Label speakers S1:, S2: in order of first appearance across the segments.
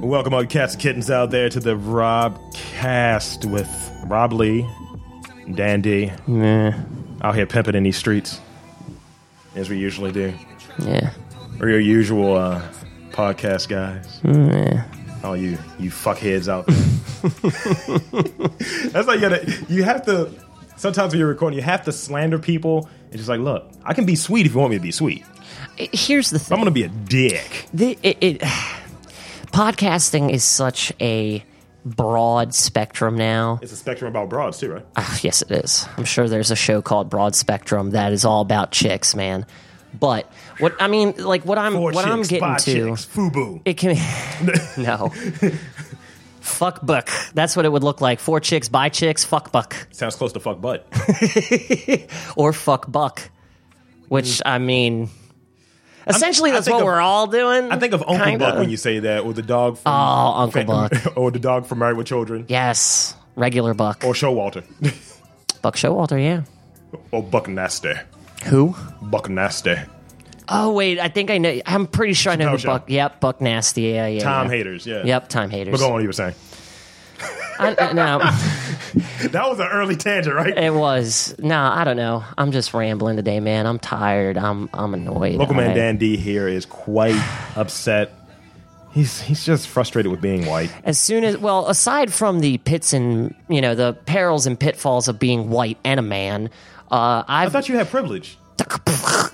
S1: Welcome, all you cats and kittens out there, to the Rob Cast with Rob Lee, Dandy,
S2: Nah.
S1: out here pimping in these streets, as we usually do.
S2: Yeah.
S1: We're your usual uh, podcast guys.
S2: Nah.
S1: All you you fuckheads out there. That's like you, gotta, you have to. Sometimes when you're recording, you have to slander people. It's just like, look, I can be sweet if you want me to be sweet.
S2: It- Here's the
S1: But I'm
S2: thing.
S1: gonna be a dick.
S2: The- it- it- podcasting is such a broad spectrum now.
S1: It's a spectrum about broads too, right?
S2: Ah, yes, it is. I'm sure there's a show called Broad Spectrum that is all about chicks, man. But what I mean, like what I'm what I'm getting
S1: bi
S2: to,
S1: chicks, fubu.
S2: it can no. Fuck buck. That's what it would look like. Four chicks, by chicks, fuck buck.
S1: Sounds close to fuck butt.
S2: or fuck buck, which I mean, essentially
S1: I
S2: that's
S1: think
S2: what
S1: of-
S2: we're all doing.
S1: I think of Uncle
S2: kinda.
S1: Buck when you say that, or the dog from
S2: oh Uncle Buck,
S1: or the dog from Married with Children,
S2: yes, regular Buck,
S1: or Showalter,
S2: Buck Showalter, yeah.
S1: or Oh, Buck Nasty,
S2: Who?
S1: Buck Nasty,
S2: Oh wait, I think I know. I'm pretty sure I know
S1: Chappelle
S2: who
S1: Show.
S2: Buck. Yep, Buck Nasty. Yeah, yeah.
S1: Tom
S2: yeah.
S1: Haters, yeah.
S2: Yep, time
S1: But
S2: haters.
S1: go on, you were saying
S2: I, I- no,
S1: that was an early tangent, right?
S2: it was no. I don't know. I'm just rambling today, man. I'm tired. I'm I'm annoyed.
S1: Local man
S2: I-
S1: Dan D here is quite upset. He's he's just frustrated with being white.
S2: as soon as well aside from the pits and you know the perils and pitfalls of being white and a man uh,
S1: I
S2: I've
S1: thought you had privilege.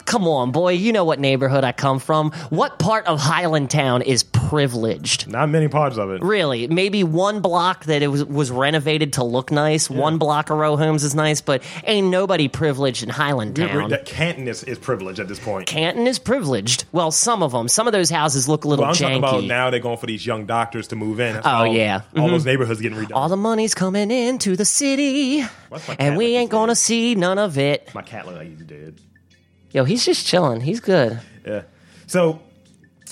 S2: come on boy you know what neighborhood I come from what part of Highland Town is privileged
S1: Not many parts of it.
S2: really maybe one block that it was, was renovated to look nice one block of row homes is nice but ain't nobody privileged in Highland Town
S1: That Canton is, is privilege at this point.
S2: Canton is privileged well some of them some of those houses look a little
S1: But I'm talking
S2: janky
S1: about now they're going for these young doctors to move in. That's
S2: Oh,
S1: how
S2: yeah.
S1: all those neighborhoods getting redone.
S2: all the money's coming into the city
S1: What's my
S2: and
S1: cat
S2: we
S1: like
S2: ain't
S1: these
S2: gonna
S1: days?
S2: see none of it
S1: My cat look like he's dead.
S2: Yo, he's just chilling. He's good.
S1: Yeah. So,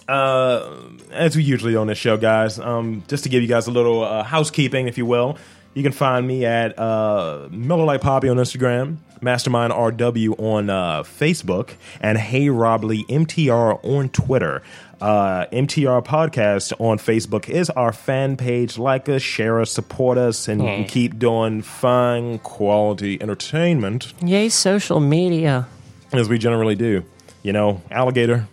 S1: uh, as we usually do on this show, guys, um, just to give you guys a little uh, housekeeping, if you will, you can find me at uh, Miller Lite Poppy on Instagram, Mastermind RW on uh, Facebook, and Hey Rob Lee MTR on Twitter. Uh, MTR Podcast on Facebook is our fan page. Like us, share us, support us, and
S2: Yeah.
S1: keep doing fine quality entertainment
S2: Yay, social media.
S1: as we generally do. You know, alligator,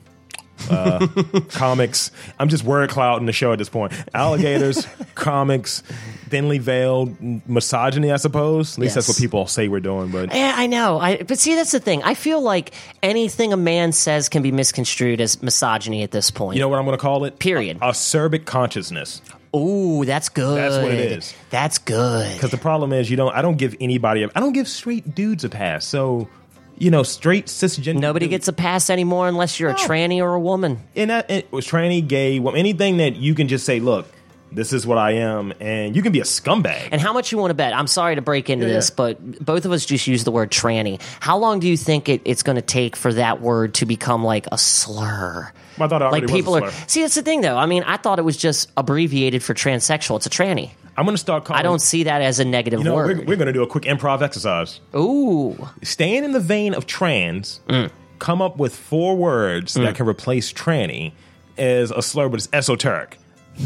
S1: uh, comics. I'm just word cloud in the show at this point. Alligators, comics, thinly veiled misogyny, I suppose. At least that's
S2: Yes.
S1: what people say we're doing. But
S2: Yeah, I know. I but see, that's the thing. I feel like anything a man says can be misconstrued as misogyny at this point.
S1: you know what I'm going to call it?
S2: Period.
S1: Acerbic consciousness.
S2: Ooh, that's good.
S1: That's what it is.
S2: That's good.
S1: Because the problem is, you don't. I don't give anybody. A, I don't give straight dudes a pass. So. You know, straight cisgender.
S2: Nobody
S1: dude-
S2: gets a pass anymore unless you're a tranny or a woman.
S1: and that it was tranny, gay, well, anything that you can just say, look, this is what I am, and you can be a scumbag.
S2: And how much you want to bet? I'm sorry to break into
S1: Yeah,
S2: this,
S1: yeah.
S2: but both of us just used the word tranny. How long do you think it, it's going to take for that word to become like a slur?
S1: I thought it already
S2: like
S1: was a
S2: people are
S1: slur.
S2: see. That's the thing, though. I mean, I thought it was just abbreviated for transsexual. It's a tranny.
S1: I'm going to start calling.
S2: I don't see that as a negative
S1: You know,
S2: word.
S1: we're, we're going to do a quick improv exercise.
S2: Ooh,
S1: Staying in the vein of trans,
S2: Mm.
S1: come up with four words that can replace tranny as a slur, but it's esoteric.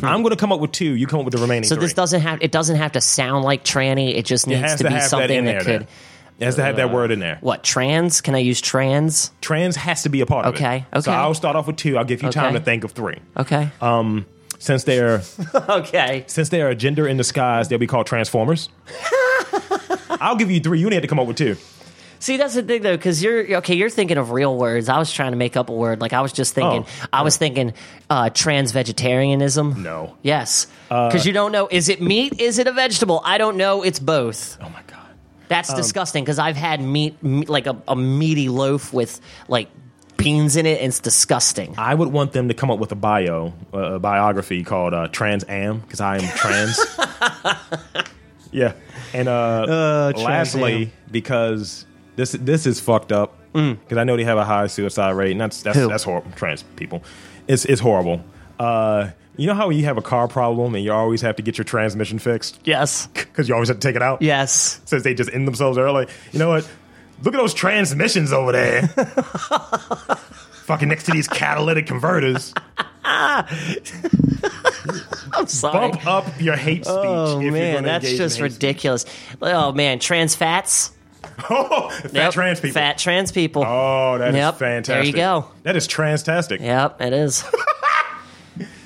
S1: I'm going to come up with two. You come up with the remaining.
S2: Hmm. so this
S1: three.
S2: doesn't have it doesn't have to sound like tranny. It just needs
S1: has
S2: to, be something that,
S1: there.
S2: could Uh,
S1: It has to have that word in there.
S2: what trans? Can I use trans?
S1: Trans has to be a part of it.
S2: Okay,
S1: So
S2: okay.
S1: I'll start off with two. I'll give you time
S2: Okay.
S1: to think of three.
S2: Okay,
S1: Um, Since they're
S2: okay.
S1: since they are a gender in disguise, they'll be called transformers. I'll give you three. You only had to come up with two.
S2: See, that's the thing though, because you're okay. You're thinking of real words. I was trying to make up a word. Like I was just thinking.
S1: Oh.
S2: I was thinking uh, trans vegetarianism.
S1: No. Uh,
S2: Yes, because you don't know. Is it meat? Is it a vegetable? I don't know. It's both.
S1: Oh my god.
S2: That's disgusting because I've had meat, me- like a, a meaty loaf with like beans in it, and it's disgusting.
S1: I would want them to come up with a bio, uh, a biography called uh, Trans Am, because I am trans. yeah, and uh,
S2: Trans
S1: lastly,
S2: Am.
S1: because this this is fucked up,
S2: Mm.
S1: because I know they have a high suicide rate, and that's that's
S2: Who?
S1: that's horrible. Trans people, it's it's horrible. Uh, you know how you have a car problem and you always have to get your transmission fixed
S2: Yes,
S1: because you always have to take it out.
S2: yes.
S1: since they just end themselves early. You know what? Look at those transmissions over there. Fucking next to these catalytic converters.
S2: I'm sorry.
S1: Oh, Bump up your hate speech.
S2: Oh
S1: if you're
S2: man,
S1: gonna
S2: that's
S1: engage
S2: just
S1: in hate speech.
S2: ridiculous. Oh man, trans fats.
S1: Oh, fat
S2: Yep.
S1: trans people.
S2: Fat trans people.
S1: Oh, that is
S2: Yep. There you
S1: fantastic.
S2: go.
S1: That is transtastic.
S2: Yep, it is.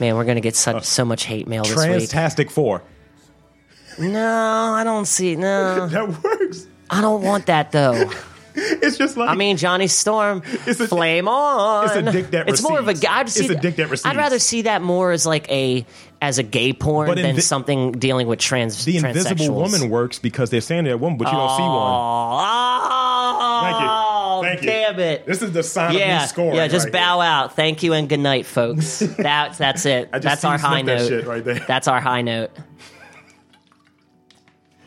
S2: man, we're gonna get such so much hate mail this week.
S1: Transtastic four.
S2: No, I don't see. No,
S1: That works.
S2: I don't want that though.
S1: It's just like
S2: I mean, Johnny Storm,
S1: It's a-
S2: flame on.
S1: it's a dick that
S2: It's more of a.
S1: receives.
S2: I'd see
S1: It's a
S2: that-
S1: dick that receives.
S2: I'd rather see that more as like a as a gay porn
S1: But in
S2: than
S1: thi-
S2: something dealing with trans.
S1: the invisible
S2: transsexuals.
S1: woman works because they're standing there woman, but you don't see one.
S2: Oh,
S1: Thank you.
S2: damn it.
S1: This is the sign of
S2: yeah,
S1: me scoring.
S2: yeah. Just
S1: right
S2: bow
S1: here.
S2: out. Thank you and good night, folks. That's that's it.
S1: just
S2: that's our
S1: seen you
S2: high
S1: sniff that
S2: note.
S1: shit right there.
S2: That's our high note.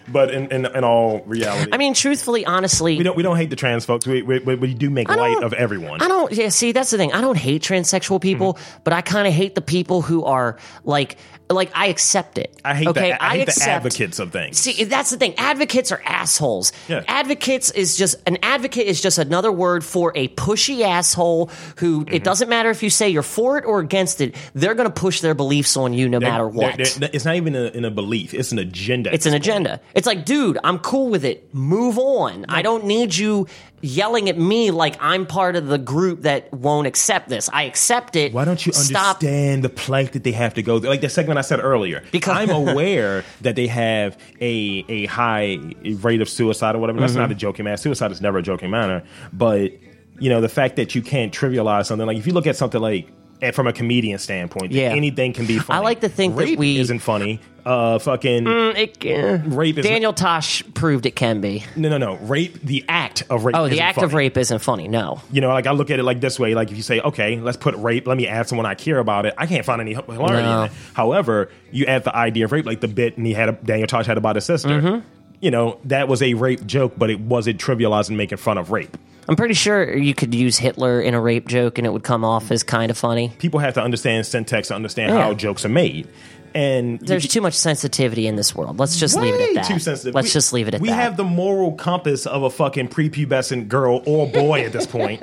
S1: But in, in, in all reality,
S2: I mean, truthfully, honestly,
S1: we don't we don't hate the trans folks. We we, we, we do make
S2: I
S1: light
S2: don't-
S1: of everyone.
S2: I don't. Yeah, see, that's the thing. I don't hate transsexual people,
S1: Mm-hmm.
S2: but I kind of hate the people who are like, like I accept it.
S1: I hate
S2: okay,
S1: the, I, hate the
S2: accept-
S1: advocates of things.
S2: See, that's the thing. Advocates are assholes.
S1: Yeah.
S2: Advocates is just an advocate is just another word for a pushy asshole who
S1: Mm-hmm.
S2: it doesn't matter if you say you're for it or against it. They're going to push their beliefs on you no matter
S1: They're-
S2: what.
S1: they're- they're- it's not even a, in a belief. It's an agenda.
S2: it's an agenda. It's like, dude, I'm cool with it. Move on. I don't need you yelling at me like I'm part of the group that won't accept this. I accept it.
S1: Why don't you
S2: stop?
S1: understand the plight that they have to go through? Like the segment I said earlier.
S2: Because-
S1: I'm aware that they have a a high rate of suicide or whatever. That's
S2: Mm-hmm.
S1: not a joking matter. Suicide is never a joking matter. But you know the fact that you can't trivialize something. Like if you look at something like eh, from a comedian standpoint,
S2: Yeah.
S1: anything can be funny.
S2: I like to think that
S1: Rape
S2: we-
S1: isn't funny. Uh, fucking
S2: It can-
S1: Rape is-
S2: Daniel Tosh proved it can be.
S1: no, no, no. Rape. The act of rape.
S2: Oh, the
S1: isn't
S2: act
S1: funny.
S2: of rape isn't funny. No.
S1: you know, like I look at it like this way: like if you say, okay, let's put rape, let me add someone I care about it. I can't find any hilarity
S2: No.
S1: in it. However, you add the idea of rape, like the bit and he had a, Daniel Tosh had about his sister.
S2: Mm-hmm.
S1: You know, that was a rape joke, but it wasn't trivializing making fun of rape.
S2: I'm pretty sure you could use Hitler in a rape joke and it would come off as kind of funny.
S1: People have to understand syntax to understand
S2: Yeah.
S1: how jokes are made. And you
S2: There's
S1: can-
S2: too much sensitivity in this world. Let's just leave it at
S1: way
S2: that.
S1: Too sensitive.
S2: Let's
S1: We-
S2: just leave it at
S1: we
S2: that.
S1: have the moral compass of a fucking prepubescent girl or boy at this point.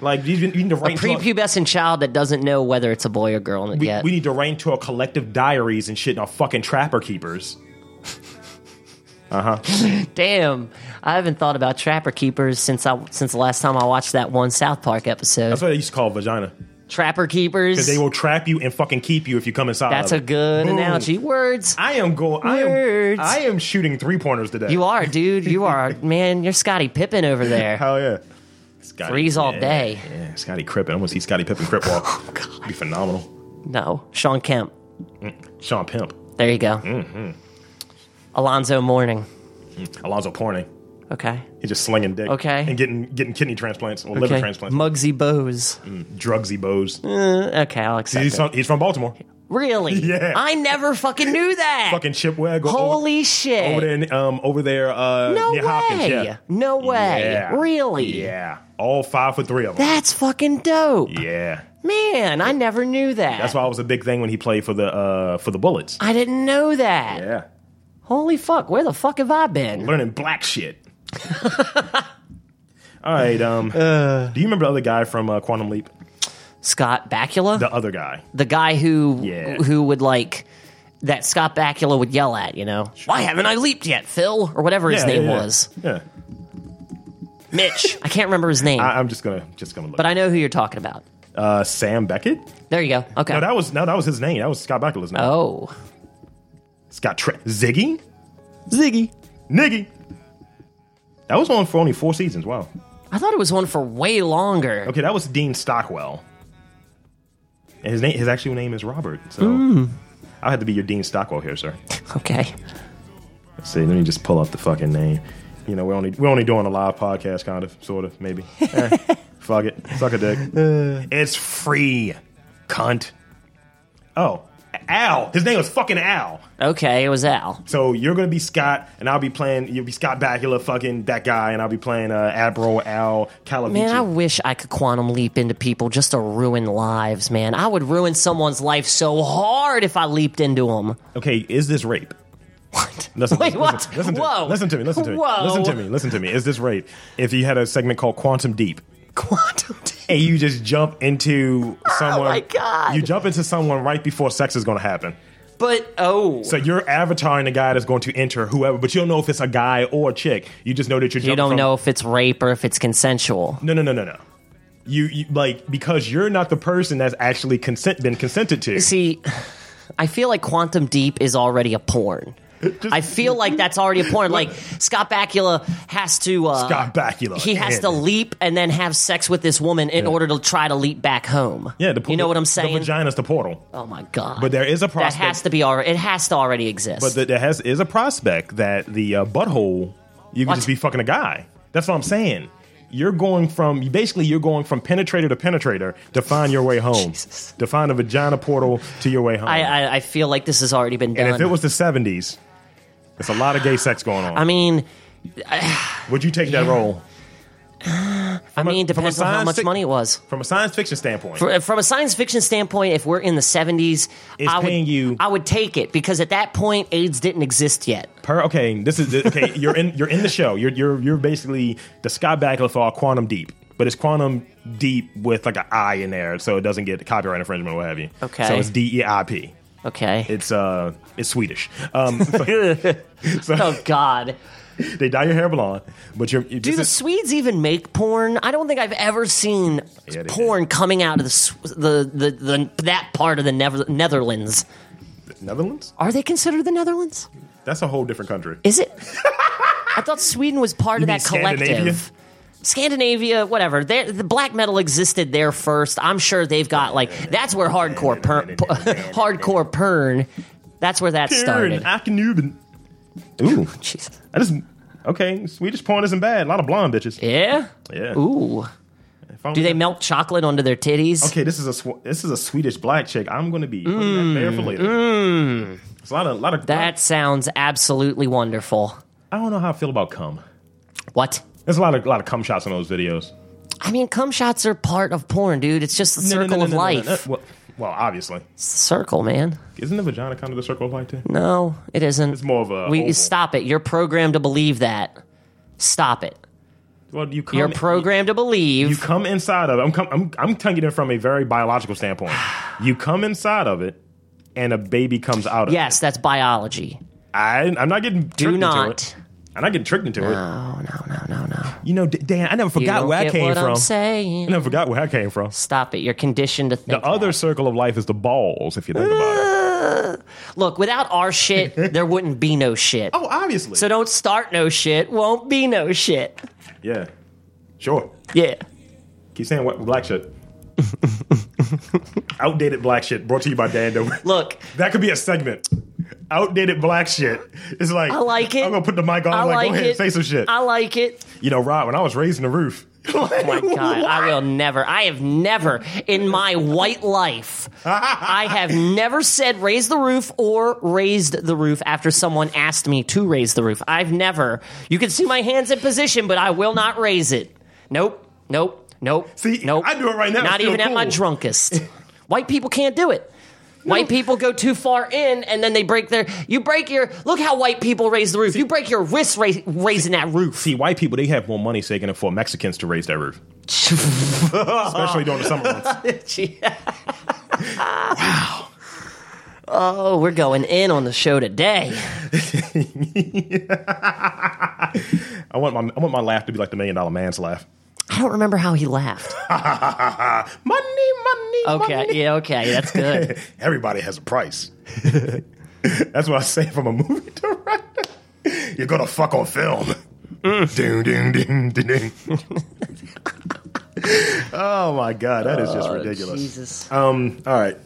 S1: like you, you need to write
S2: prepubescent child that doesn't know whether it's a boy or girl
S1: We,
S2: yet.
S1: we need to rein to our collective diaries and shit in our fucking trapper keepers.
S2: Damn, I haven't thought about Trapper Keepers since I since the last time I watched that one South Park episode.
S1: That's what they used to call vagina.
S2: Trapper Keepers.
S1: They will trap you and fucking keep you if you come inside.
S2: That's
S1: of
S2: a
S1: it.
S2: good
S1: Boom.
S2: analogy. Words.
S1: I am going. I am.
S2: Words.
S1: I am shooting three pointers today.
S2: You are, dude. You are, man. You're Scotty Pippen over there.
S1: Hell yeah. Scotty,
S2: Threes all
S1: yeah,
S2: day. Oh,
S1: Yeah, Scotty Crippen. I'm gonna see Scotty Pippen Crip walk. Be phenomenal.
S2: No, Sean Kemp.
S1: Sean Pimp.
S2: There you go.
S1: Mm-hmm.
S2: Alonzo Mourning.
S1: Alonzo Porning.
S2: Okay.
S1: He's just slinging dick.
S2: Okay.
S1: And getting getting kidney transplants or liver
S2: Okay.
S1: transplants.
S2: Muggsy Bowes.
S1: Drugsy bows.
S2: Okay, I'll accept
S1: He's
S2: it.
S1: from, he's from Baltimore.
S2: Really?
S1: Yeah.
S2: I never fucking knew that.
S1: Fucking Chip Webb.
S2: Holy
S1: over
S2: shit.
S1: there, in, um, over there, uh,
S2: No
S1: near Hopkins.
S2: way.
S1: Yeah.
S2: No way.
S1: Yeah.
S2: Really?
S1: Yeah, all five for three of them.
S2: That's fucking dope.
S1: yeah,
S2: Man, I never knew that.
S1: that's why it was a big thing when he played for the uh, for the Bullets.
S2: I didn't know that.
S1: Yeah,
S2: Holy fuck, where the fuck have I been?
S1: learning black shit. all right. Um, do you remember the other guy from uh, Quantum Leap?
S2: Scott Bakula?
S1: The other guy.
S2: the guy who
S1: Yeah.
S2: who would like that Scott Bakula would yell at, you know, why haven't I leaped yet, Phil, or whatever his
S1: Yeah,
S2: name
S1: yeah, yeah.
S2: was,
S1: Yeah,
S2: Mitch. I can't remember his name,
S1: I, I'm just gonna just gonna look.
S2: but I know who you're talking about.
S1: uh, Sam Beckett.
S2: There you go. Okay.
S1: No, that was no, that was his name. That was Scott Bakula's name.
S2: oh,
S1: Scott Tre- Ziggy,
S2: Ziggy.
S1: Niggy. That was on for only four seasons. Wow.
S2: I thought it was one for way longer.
S1: Okay, that was Dean Stockwell. And his name, his actual name is Robert. So I'll have to be your Dean Stockwell here, sir.
S2: Okay.
S1: Let's see, let me just pull up the fucking name. You know, we're only we're only doing a live podcast, kind of, sort of, maybe. Eh, fuck it, suck a dick. it's free, cunt. Oh, Al. His name was fucking Al.
S2: Okay, it was Al.
S1: So you're gonna be Scott, and I'll be playing. You'll be Scott Bakula, fucking that guy, and I'll be playing uh, Admiral Al Calavici.
S2: Man, I wish I could quantum leap into people just to ruin lives, man. I would ruin someone's life so hard if I leaped into them.
S1: okay, is this rape?
S2: What?
S1: Listen,
S2: Wait,
S1: listen,
S2: what?
S1: Listen, listen,
S2: Whoa.
S1: To, listen to me. Listen to me.
S2: Whoa.
S1: Listen to me. Listen to me. Is this right? If you had a segment called Quantum Deep,
S2: Quantum leap.
S1: and you just jump into someone.
S2: Oh my God.
S1: You jump into someone right before sex is going to happen.
S2: But oh,
S1: So you're avataring the guy that's going to enter whoever, but you don't know if it's a guy or a chick. You just know that you're.
S2: you
S1: jumping
S2: don't
S1: from-
S2: know if it's rape or if it's consensual.
S1: No, no, no, no, no. You, you like because you're not the person that's actually consent been consented to.
S2: See, I feel like Quantum Deep is already a porn. I feel like that's already a porn. Like Scott Bakula has to uh,
S1: Scott Bakula.
S2: He has
S1: Yeah.
S2: to leap and then have sex with this woman in order to try to leap back home.
S1: Yeah, the,
S2: you know what I'm
S1: The
S2: saying?
S1: vagina's the portal,
S2: oh my god!
S1: but there is a
S2: that
S1: prospect.
S2: has to be already. It has to already exist.
S1: but there- there has is a prospect that the uh, butthole you can
S2: What?
S1: just be fucking a guy. That's what I'm saying. You're going from you basically you're going from penetrator to penetrator to find your way home, to find a vagina portal to your way home.
S2: I, I I feel like this has already been done.
S1: and if it was the 70s, it's a lot of gay sex going on.
S2: I mean,
S1: Would you take that role
S2: I mean,
S1: from a
S2: depends on how
S1: science
S2: much
S1: fic-
S2: money it was.
S1: from a science fiction standpoint?
S2: For- From a science fiction standpoint, if we're in the 70s,
S1: It's
S2: I would,
S1: paying you-
S2: I would take it because at that point, AIDS didn't exist yet.
S1: Per okay, this is okay. You're in you're in the show. You're you're you're basically the Scott Bakula for Quantum Deep, but it's Quantum Deep with like an I in there, so it doesn't get copyright infringement or what have you.
S2: Okay.
S1: so it's D E I P.
S2: Okay.
S1: It's uh, it's Swedish. Um,
S2: oh God!
S1: they dye your hair blonde, but you're you
S2: Do the
S1: just-
S2: Swedes even make porn? I don't think I've ever seen
S1: Yeah, they
S2: porn coming out of the, Sw- the the the that part of the Never- Netherlands.
S1: Netherlands.
S2: Are they considered the Netherlands?
S1: That's a whole different country.
S2: Is it? I thought Sweden was part of
S1: mean
S2: that collective. Scandinavia, whatever. They're, the black metal existed there first. I'm sure they've got like that's where hardcore per, hardcore pern. That's where that
S1: Karen,
S2: started.
S1: Akkenuben. Ooh,
S2: Jesus.
S1: I just okay. Swedish porn isn't bad. A lot of blonde bitches.
S2: Yeah.
S1: Yeah.
S2: Ooh.
S1: If I'm-
S2: Do they melt chocolate onto their titties?
S1: Okay, this is a sw- this is a Swedish black chick. I'm going to be putting that there for
S2: Mm,
S1: later. It's a lot of lot of
S2: That sounds absolutely wonderful.
S1: I don't know how I feel about cum.
S2: What?
S1: There's a lot of lot of cum shots in those videos.
S2: I mean, cum shots are part of porn, dude. It's just the circle of life.
S1: Well, well, obviously,
S2: It's the circle, man.
S1: isn't the vagina kind of the circle of life too?
S2: No, it isn't.
S1: It's more of a
S2: we
S1: oval.
S2: stop it. You're programmed to believe that. Stop it.
S1: Well, you cum,
S2: You're programmed to believe.
S1: You come inside of it. I'm com- I'm I'm telling you it from a very biological standpoint. you come inside of it, and a baby comes out. of
S2: yes, that's biology.
S1: it. I I'm not getting tricked
S2: Do
S1: into
S2: not.
S1: it. I'm not getting tricked into it.
S2: No, no, no, no, no.
S1: You know, D- Dan, I never
S2: You
S1: forgot
S2: don't
S1: where I
S2: get
S1: came
S2: what
S1: from.
S2: I'm
S1: I
S2: saying.
S1: never forgot where I came from.
S2: Stop it. You're conditioned to think.
S1: The other circle of life is the balls, if you think about it.
S2: Look, without our shit, there wouldn't be no shit.
S1: Oh, obviously.
S2: So don't start no shit. Won't be no shit.
S1: yeah. Sure.
S2: Yeah.
S1: Keep saying what black shit. Outdated black shit brought to you by Dan Dover.
S2: Look,
S1: That could be a segment. Outdated black shit. It's like
S2: I like it.
S1: I'm gonna put the mic on.
S2: I
S1: I'm like,
S2: like
S1: go ahead,
S2: it.
S1: say some shit.
S2: I like it.
S1: you know, Rob, when I was raising the roof. oh my
S2: God, I will never. I have never in my white life. I have never said raise the roof or raised the roof after someone asked me to raise the roof. I've never. You can see my hands in position, but I will not raise it. Nope. Nope. Nope.
S1: See,
S2: nope.
S1: I do it right now.
S2: Not
S1: It's still
S2: even at my
S1: cool.
S2: drunkest. White people can't do it. White people go too far in, and then they break their. You break your. Look how white people raise the roof. you break your wrist ra- raising that roof.
S1: See, white people, they have more money, so they can afford Mexicans to raise their roof. Especially during the summer months.
S2: wow. Oh, we're going in on the show today.
S1: I want my I want my laugh to be like the million dollar man's laugh.
S2: I don't remember how he laughed.
S1: Money, money,
S2: Okay,
S1: money.
S2: yeah, okay, that's good.
S1: Everybody has a price. That's what I say from a movie director. You're gonna fuck on film.
S2: Mm.
S1: Ding, ding, ding, ding, ding. oh my god, that is just ridiculous.
S2: Jesus.
S1: Um, all right,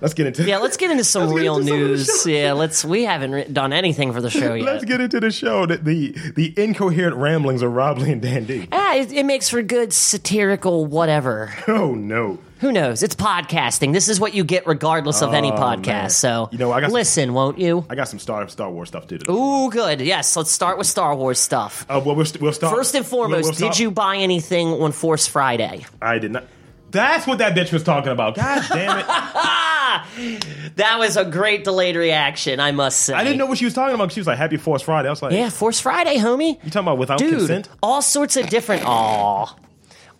S1: let's get into
S2: Yeah, let's get into some
S1: Let's get
S2: real
S1: into some of the
S2: news.
S1: show.
S2: Yeah, let's. We haven't re- done anything for the show yet.
S1: let's get into the show. The the, the incoherent ramblings of Rob Lee and Dandy.
S2: Ah, it, it makes for good satirical whatever.
S1: Oh no.
S2: Who knows? It's podcasting. This is what you get regardless of any podcast. So
S1: Oh, You know, I got some-
S2: listen, won't you?
S1: I got some Star Star Wars stuff too. today.
S2: Ooh, good. Yes, let's start with Star Wars stuff.
S1: Uh, well, we'll, st- we'll start
S2: First and
S1: we'll-
S2: foremost,
S1: we'll
S2: did
S1: start-
S2: you buy anything on Force Friday?
S1: I did not. That's what that bitch was talking about. God damn it! I
S2: That was a great delayed reaction, I must say. I
S1: didn't know what she was talking about. She was like, "Happy Force Friday." I was like,
S2: Yeah, Force Friday, homie.
S1: You talking about without
S2: Dude,
S1: consent?
S2: all sorts of different. Aw.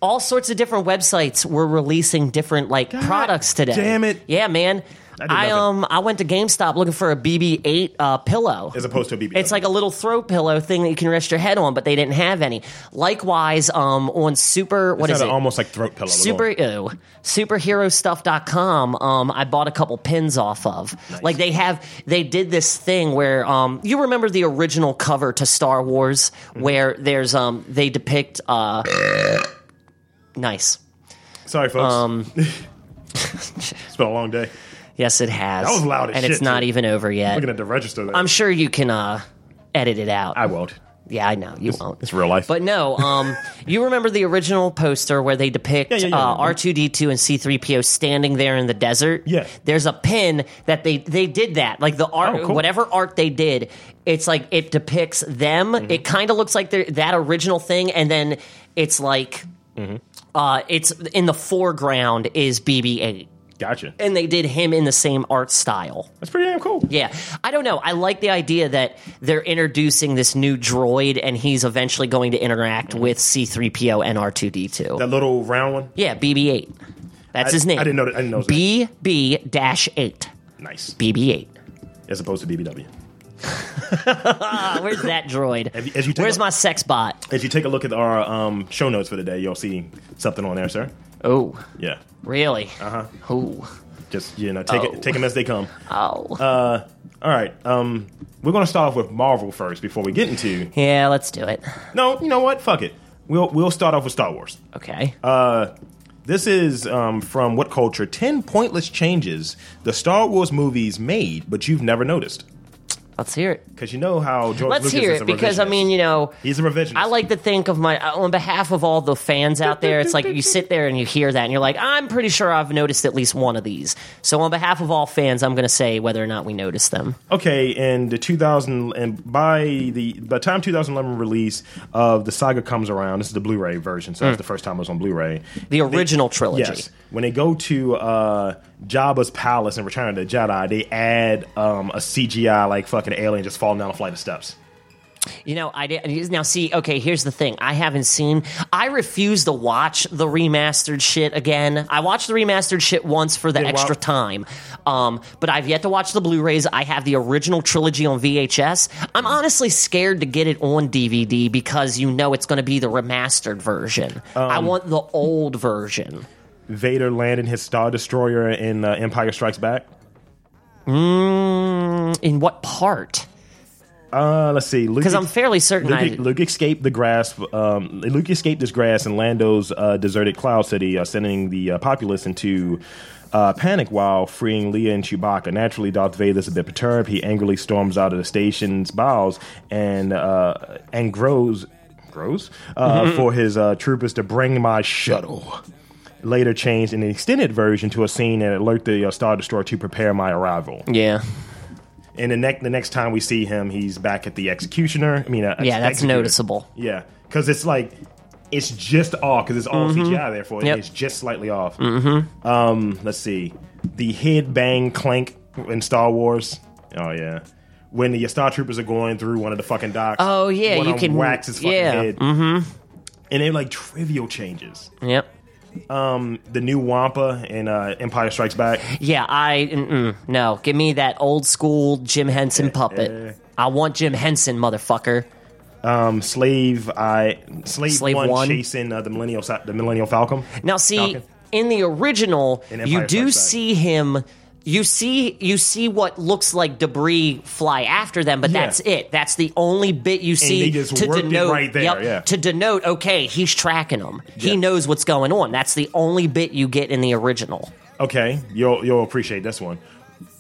S2: all sorts of different websites were releasing different like products today.
S1: damn it.
S2: Yeah, man.
S1: did
S2: I,
S1: nothing.
S2: um I went to GameStop looking for a BB-8 uh, pillow.
S1: as opposed to a BB.
S2: It's like a little throw pillow thing that you can rest your head on, but they didn't have any. Likewise, um, on Super, what
S1: It's
S2: is
S1: not
S2: it?
S1: a- almost like throat pillow.
S2: Super ew, superherostuff.com. Um, I bought a couple pins off of. Like they have, they did this thing where um, you remember the original cover to Star Wars
S1: Mm-hmm.
S2: where there's um, they depict uh, nice.
S1: Sorry, folks.
S2: um,
S1: it's been a long day.
S2: Yes, it has.
S1: That was loud as
S2: and
S1: shit,
S2: it's not
S1: too.
S2: even over yet.
S1: Looking at the register there.
S2: I'm sure you can uh, edit it out.
S1: I won't.
S2: yeah, I know you won't.
S1: It's real life.
S2: But no, um, you remember the original poster where they depict
S1: yeah, yeah.
S2: Uh, R2D2 and C3PO standing there in the desert?
S1: Yeah.
S2: There's a pin that they they did that. Like the art
S1: Oh, cool.
S2: whatever art they did, it's like it depicts them.
S1: Mm-hmm.
S2: It kind of looks like they're- that original thing and then it's like
S1: Mm-hmm.
S2: uh, it's in the foreground is BB8
S1: gotcha.
S2: and they did him in the same art style.
S1: That's pretty damn cool.
S2: Yeah, I don't know. I like the idea that they're introducing this new droid, and he's eventually going to interact with C-3PO and R2D2.
S1: That little round one.
S2: yeah, BB-8. That's his name.
S1: I didn't know. That, I didn't know. his name.
S2: BB-8.
S1: Nice.
S2: BB-8.
S1: As opposed to BBW.
S2: Ah, where's that droid?
S1: As you- as you take
S2: where's
S1: a-
S2: my sex bot?
S1: If you take a look at our um, show notes for the day, you'll see something on there, sir.
S2: Oh,
S1: Yeah.
S2: really? Uh
S1: Uh-huh.
S2: huh. Oh,
S1: Just you know, take
S2: Oh.
S1: it, take them as they come.
S2: oh.
S1: Uh, all right. Um, we're gonna start off with Marvel first before we get into.
S2: yeah, let's do it.
S1: No, you know what? Fuck it. We'll we'll start off with Star Wars.
S2: Okay.
S1: Uh, This is um, from What Culture 10 Pointless Changes the Star Wars movies made, but you've never noticed.
S2: let's hear it.
S1: Because you know how George
S2: Let's
S1: Lucas
S2: hear
S1: is a
S2: it because I
S1: revisionist.
S2: mean, you know,
S1: he's a revisionist.
S2: I like to think of my uh, on behalf of all the fans out there. It's like you sit there and you hear that, and you're like, I'm pretty sure I've noticed at least one of these. So on behalf of all fans, I'm going to say whether or not we noticed them.
S1: Okay, and the 2000 and by the by the time 2011 release of the saga comes around, this is the Blu-ray version, so that's the first time it was on Blu-ray.
S2: The original Mm. trilogy.
S1: Yes, when they go to uh, Jabba's palace in Return of the Jedi, they add um, a CGI like fucking alien just falling down a flight of steps.
S2: You know, I did now see. Okay, here's the thing. I haven't seen. I refuse to watch the remastered shit again. I watched the remastered shit once for the
S1: Yeah, wow.
S2: extra time, um, but I've yet to watch the Blu-rays. I have the original trilogy on VHS. I'm honestly scared to get it on DVD because you know it's going to be the remastered version. I want the old version.
S1: Vader landing his star destroyer in uh, Empire Strikes Back.
S2: Mm, in what part?
S1: Uh, let's see. Luke,
S2: Because I'm fairly certain.
S1: Luke, e,
S2: I,
S1: Luke escaped the grasp. Um, Luke escaped his grasp in Lando's uh, deserted cloud city, uh, sending the uh, populace into uh, panic while freeing Leia and Chewbacca. Naturally, Darth Vader's a bit perturbed. He angrily storms out of the station's bowels and uh, and grows grows uh,
S2: Mm-hmm.
S1: for his uh, troopers to bring my shuttle. Later changed in an extended version to a scene that alert the uh, Star Destroyer to prepare my arrival.
S2: yeah,
S1: And the next the next time we see him, he's back at the executioner. I mean, uh,
S2: yeah, that's
S1: executor.
S2: noticeable.
S1: Yeah, because it's like it's just off because it's all CGI. Therefore,
S2: Mm-hmm. Yep.
S1: it's just slightly off. Mm-hmm. Um, let's see the head bang clank in Star Wars. Oh yeah, when the Star Troopers are going through one of the fucking docks.
S2: Oh, yeah,
S1: one
S2: you
S1: of them
S2: can-
S1: whacks his fucking
S2: yeah.
S1: head. Mm-hmm. And they're like trivial changes.
S2: Yep.
S1: The new Wampa in uh, Empire Strikes Back.
S2: Yeah, I mm-mm, no. Give me that old school Jim Henson puppet. I want Jim Henson, motherfucker.
S1: Um, slave I slave,
S2: Slave
S1: one,
S2: One.
S1: chasing uh, the millennial Sa- the millennial Falcon.
S2: Now, see,
S1: Falcon.
S2: in the original,
S1: In Empire
S2: you do
S1: Strikes Back.
S2: see him. You see, you see what looks like debris fly after them, but
S1: Yeah.
S2: that's it. That's the only bit you see
S1: they just
S2: to
S1: worked it
S2: denote.
S1: right there,
S2: yup,
S1: yeah.
S2: To denote, okay, he's tracking them.
S1: Yeah.
S2: He knows what's going on. That's the only bit you get in the original.
S1: Okay, you'll you'll appreciate this one.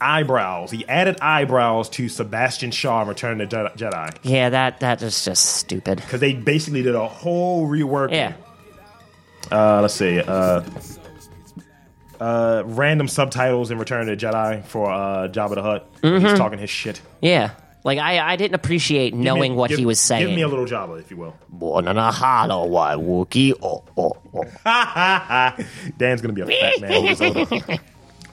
S1: Eyebrows. He added eyebrows to Sebastian Shaw in Return of the Je- Jedi
S2: Yeah, that that is just stupid.
S1: because they basically did a whole rework.
S2: Yeah.
S1: Uh, let's see. Uh, uh, random subtitles in Return of the Jedi for uh, Jabba the Hutt.
S2: Mm-hmm.
S1: He's talking his shit.
S2: Yeah. Like I, I didn't appreciate
S1: Give me-
S2: knowing what
S1: give-
S2: he was saying.
S1: Give me a little Jabba, if you will.
S2: Born on a hollow why Wookie. Oh, oh, oh.
S1: Dan's gonna be a fat man. when he's older.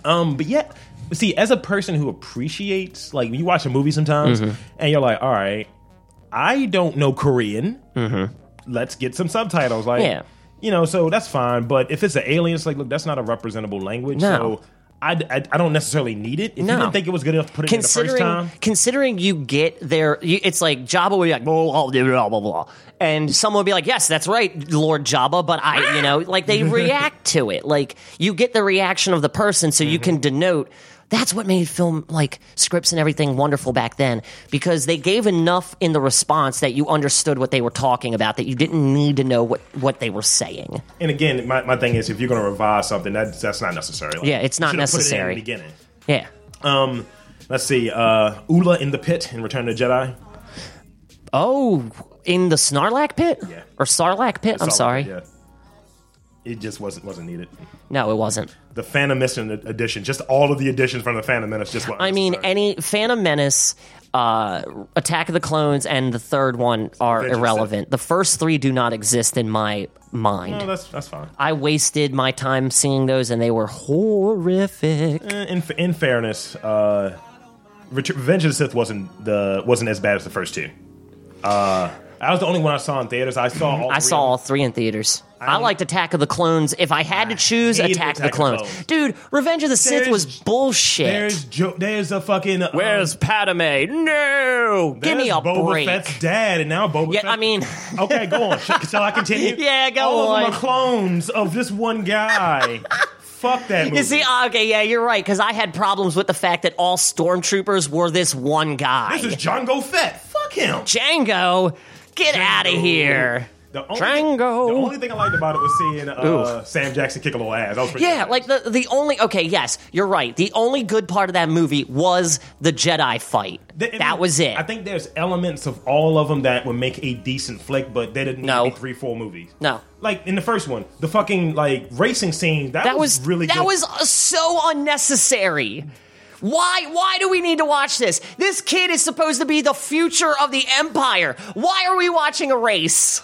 S1: um, but yeah, see, as a person who appreciates, like, you watch a movie sometimes,
S2: Mm-hmm.
S1: and you're like, all right, I don't know Korean. Let's get some subtitles. Like,
S2: Mm-hmm. Yeah.
S1: You know, so that's fine. But if it's an alien, it's like, look, that's not a representable language.
S2: No.
S1: So I, I, I don't necessarily need it. If
S2: No.
S1: you didn't think it was good enough to put it in the first
S2: considering
S1: time,
S2: considering you get there you, it's like Jabba would be like blah blah blah blah blah, blah and someone would be like yes that's right Lord Jabba but I you know like they react to it like you get the reaction of the person so you can
S1: Mm-hmm.
S2: denote that's what made film like scripts and everything wonderful back then because they gave enough in the response that you understood what they were talking about that you didn't need to know what what they were saying
S1: and again, my, my thing is, if you're going to revise something, that that's not necessary. Like,
S2: Yeah, it's
S1: you
S2: not
S1: should've put it in
S2: necessary.
S1: the beginning.
S2: yeah
S1: Um, let's see. Uh, Ula in the pit in Return of the Jedi.
S2: oh in the Snarlack pit
S1: Yeah.
S2: or Sarlacc pit I'm
S1: Solid,
S2: sorry
S1: Yeah. It just wasn't wasn't needed.
S2: no it wasn't
S1: The Phantom Menace edition, just all of the additions from the Phantom Menace, just what
S2: I mean, any Phantom Menace, uh, Attack of the Clones, and the third one are
S1: Revenge of the
S2: irrelevant. The first three do not exist in my mind.
S1: no, that's that's fine.
S2: I wasted my time seeing those, and they were horrific.
S1: Eh, In in fairness, uh, Ret- Revenge of the Sith wasn't the wasn't as bad as the first two. Uh, I was the only one I saw in theaters. I saw all.
S2: Mm-hmm. I
S1: three
S2: saw all
S1: of
S2: three in theaters. I,
S1: don't- Ah,
S2: liked Attack of the Clones. If I had to choose,
S1: hated
S2: Attack, of
S1: Attack
S2: the
S1: of the
S2: Clones.
S1: Clones.
S2: Dude, Revenge of the Sith
S1: There's-
S2: was bullshit.
S1: them. There's jo- there's a fucking um,
S2: Where's Padme? No! Give me
S1: there's
S2: a
S1: Boba
S2: break.
S1: Fett's dad, and now Boba.
S2: yeah,
S1: Fett-
S2: I mean,
S1: okay, go on. Sh- Shall I continue?
S2: Yeah, go
S1: all All
S2: on.
S1: of them are clones of this one guy. Fuck that movie.
S2: You see, ah, okay, yeah, you're right, because I had problems with the fact that all stormtroopers were this one guy.
S1: this is Django Fett. Fuck him.
S2: Django, get out of here.
S1: The only,
S2: Django.
S1: The only thing I liked about it was seeing uh,
S2: Ooh.
S1: Sam Jackson kick a little ass. That was pretty
S2: Yeah,
S1: cool.
S2: like the the only okay, yes, you're right. The only good part of that movie was the Jedi fight.
S1: Th- and
S2: that was it.
S1: I think there's elements of all of them that would make a decent flick, but they didn't
S2: No.
S1: need to be three, four movies.
S2: No.
S1: Like in the first one, the fucking like racing scene that,
S2: that
S1: was,
S2: was
S1: really
S2: that
S1: good.
S2: was uh, so unnecessary. Why why do we need to watch this? This kid is supposed to be the future of the empire. Why are we watching a race?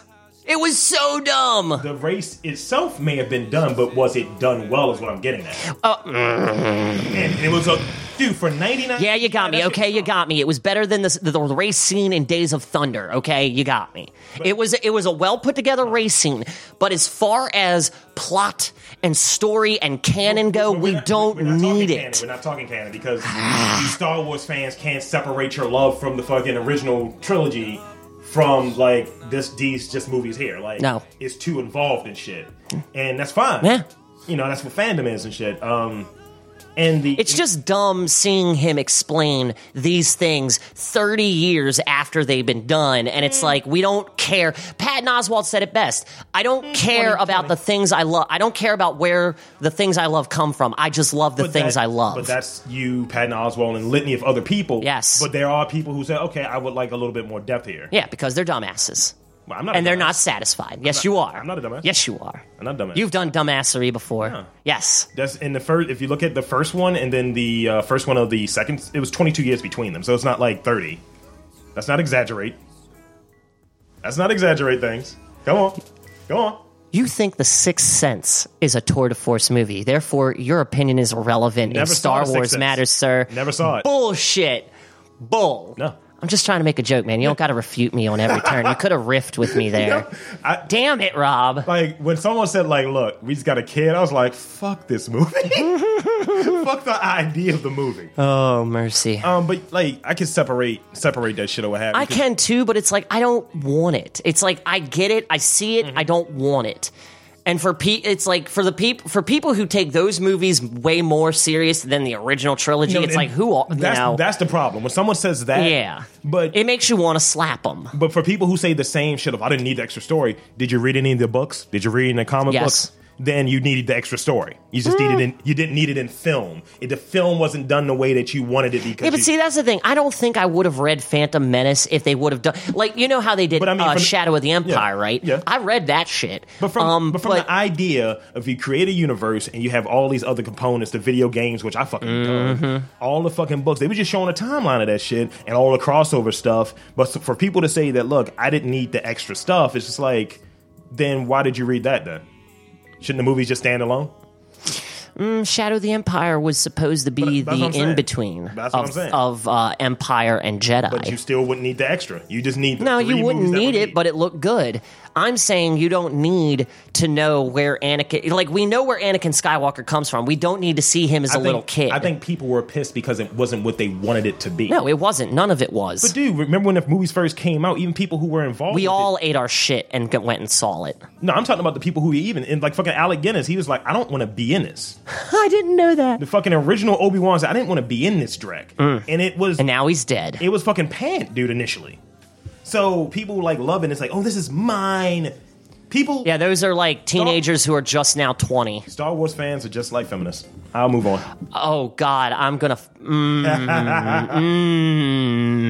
S2: It was so dumb.
S1: the race itself may have been done, but was it done well? Is what I'm getting at.
S2: Oh.
S1: and it was a dude for ninety nine.
S2: Yeah, you got me. Okay, you got me. It was better than the, the race scene in Days of Thunder. Okay, you got me. It was it was a well put together race scene, but as far as plot and story and canon go, we don't need
S1: canon.
S2: it. Ah.
S1: We're not talking canon because these Star Wars fans can't separate your love from the fucking original trilogy from like this these just movies here. Like,
S2: No.
S1: it's too involved and shit, and that's fine.
S2: Yeah.
S1: you know that's what fandom is and shit. Um, and the
S2: It's just dumb seeing him explain these things 30 years after they've been done. And
S1: Mm.
S2: it's like, we don't care. Patton Oswald said it best. I don't
S1: Mm,
S2: care about the things I love. I don't care about where the things I love come from. I just love the
S1: but
S2: things
S1: that-
S2: I love.
S1: But that's you, Patton Oswald, and litany of other people.
S2: Yes.
S1: but there are people who say, okay, I would like a little bit more depth here.
S2: Yeah, because they're dumbasses.
S1: Well, I'm not a
S2: And they're not
S1: dumbass.
S2: satisfied. Yes, you are.
S1: I'm not a dumbass.
S2: Yes, you are.
S1: I'm not a dumbass.
S2: You've done dumbassery before. Yes.
S1: That's in the first. If you look at the first one and then the uh, first one of the second, it was 22 years between them, so it's not like 30. That's not exaggerate. That's not exaggerate things. Come on, go on.
S2: You think The Sixth Sense is a tour de force movie. Therefore, your opinion is irrelevant
S1: Never
S2: and
S1: saw
S2: Star
S1: The Sixth
S2: Wars
S1: Sense.
S2: matters, sir.
S1: Never saw it.
S2: Bullshit. Bull.
S1: No.
S2: I'm just trying to make a joke, man. You don't got to refute me on every turn. You could have riffed with me there.
S1: I-
S2: Damn it, Rob.
S1: Like when someone said, "Like, look, we just got a kid," I was like, "Fuck this movie. Fuck the idea of the movie."
S2: Oh, mercy.
S1: Um, but like, I can separate separate that shit or what have you.
S2: I can too, but it's like I don't want it. It's like I get it, I see it, I
S1: Mm-hmm.
S2: don't want it. And for pe- it's like for the people for people who take those movies way more serious than the original trilogy,
S1: You know,
S2: it's
S1: and
S2: like who all you
S1: That's
S2: know?
S1: that's the problem. When someone says that,
S2: yeah,
S1: But
S2: it makes you want to slap them.
S1: But for people who say the same shit of I didn't need the extra story, did you read any of the books? Did you read any comic
S2: Yes. Mm.
S1: books? Then you needed the extra story. You just needed in, you didn't need it in film. If the film wasn't done the way that you wanted it because
S2: Yeah, but
S1: you-
S2: see, that's the thing. I don't think I would have read Phantom Menace if they would have done like you know how they did
S1: But I mean,
S2: uh,
S1: from-
S2: Shadow of the Empire,
S1: yeah,
S2: right?
S1: yeah.
S2: I read that shit.
S1: But from,
S2: um,
S1: but from the idea of you create a universe and you have all these other components, the video games, which I fucking love,
S2: Mm-hmm.
S1: all the fucking books, they were just showing a timeline of that shit and all the crossover stuff. But so- for people to say that, look, I didn't need the extra stuff, it's just like, then why did you read that then? Shouldn't the movies just stand alone?
S2: mm, Shadow of the Empire was supposed to be
S1: But that's what
S2: the
S1: I'm saying.
S2: in between
S1: That's what I'm
S2: of,
S1: saying.
S2: of uh, Empire and Jedi.
S1: But you still wouldn't need the extra. You just need the
S2: No,
S1: three
S2: you wouldn't
S1: movies that we
S2: need it, but it looked good. I'm saying you don't need to know where Anakin. Like we know where Anakin Skywalker comes from. We don't need to see him as
S1: I
S2: a
S1: think-
S2: little kid.
S1: I think people were pissed because it wasn't what they wanted it to be.
S2: no, it wasn't. None of it was.
S1: But dude, remember when the movies first came out? Even people who were involved.
S2: we
S1: with it-
S2: all ate our shit and g- went and saw it.
S1: No, I'm talking about the people who even and like fucking Alec Guinness. He was like, I don't want to be in this.
S2: I didn't know that.
S1: The fucking original Obi Wan said, I didn't want to be in this Drek, and it was
S2: Mm. And now he's dead.
S1: it was fucking pant, dude. Initially, so people like loving. It's like, oh, this is mine. People,
S2: yeah, those are like teenagers who are just now 20.
S1: Star Wars fans are just like feminists. I'll move on
S2: Oh God, I'm gonna. F- mm,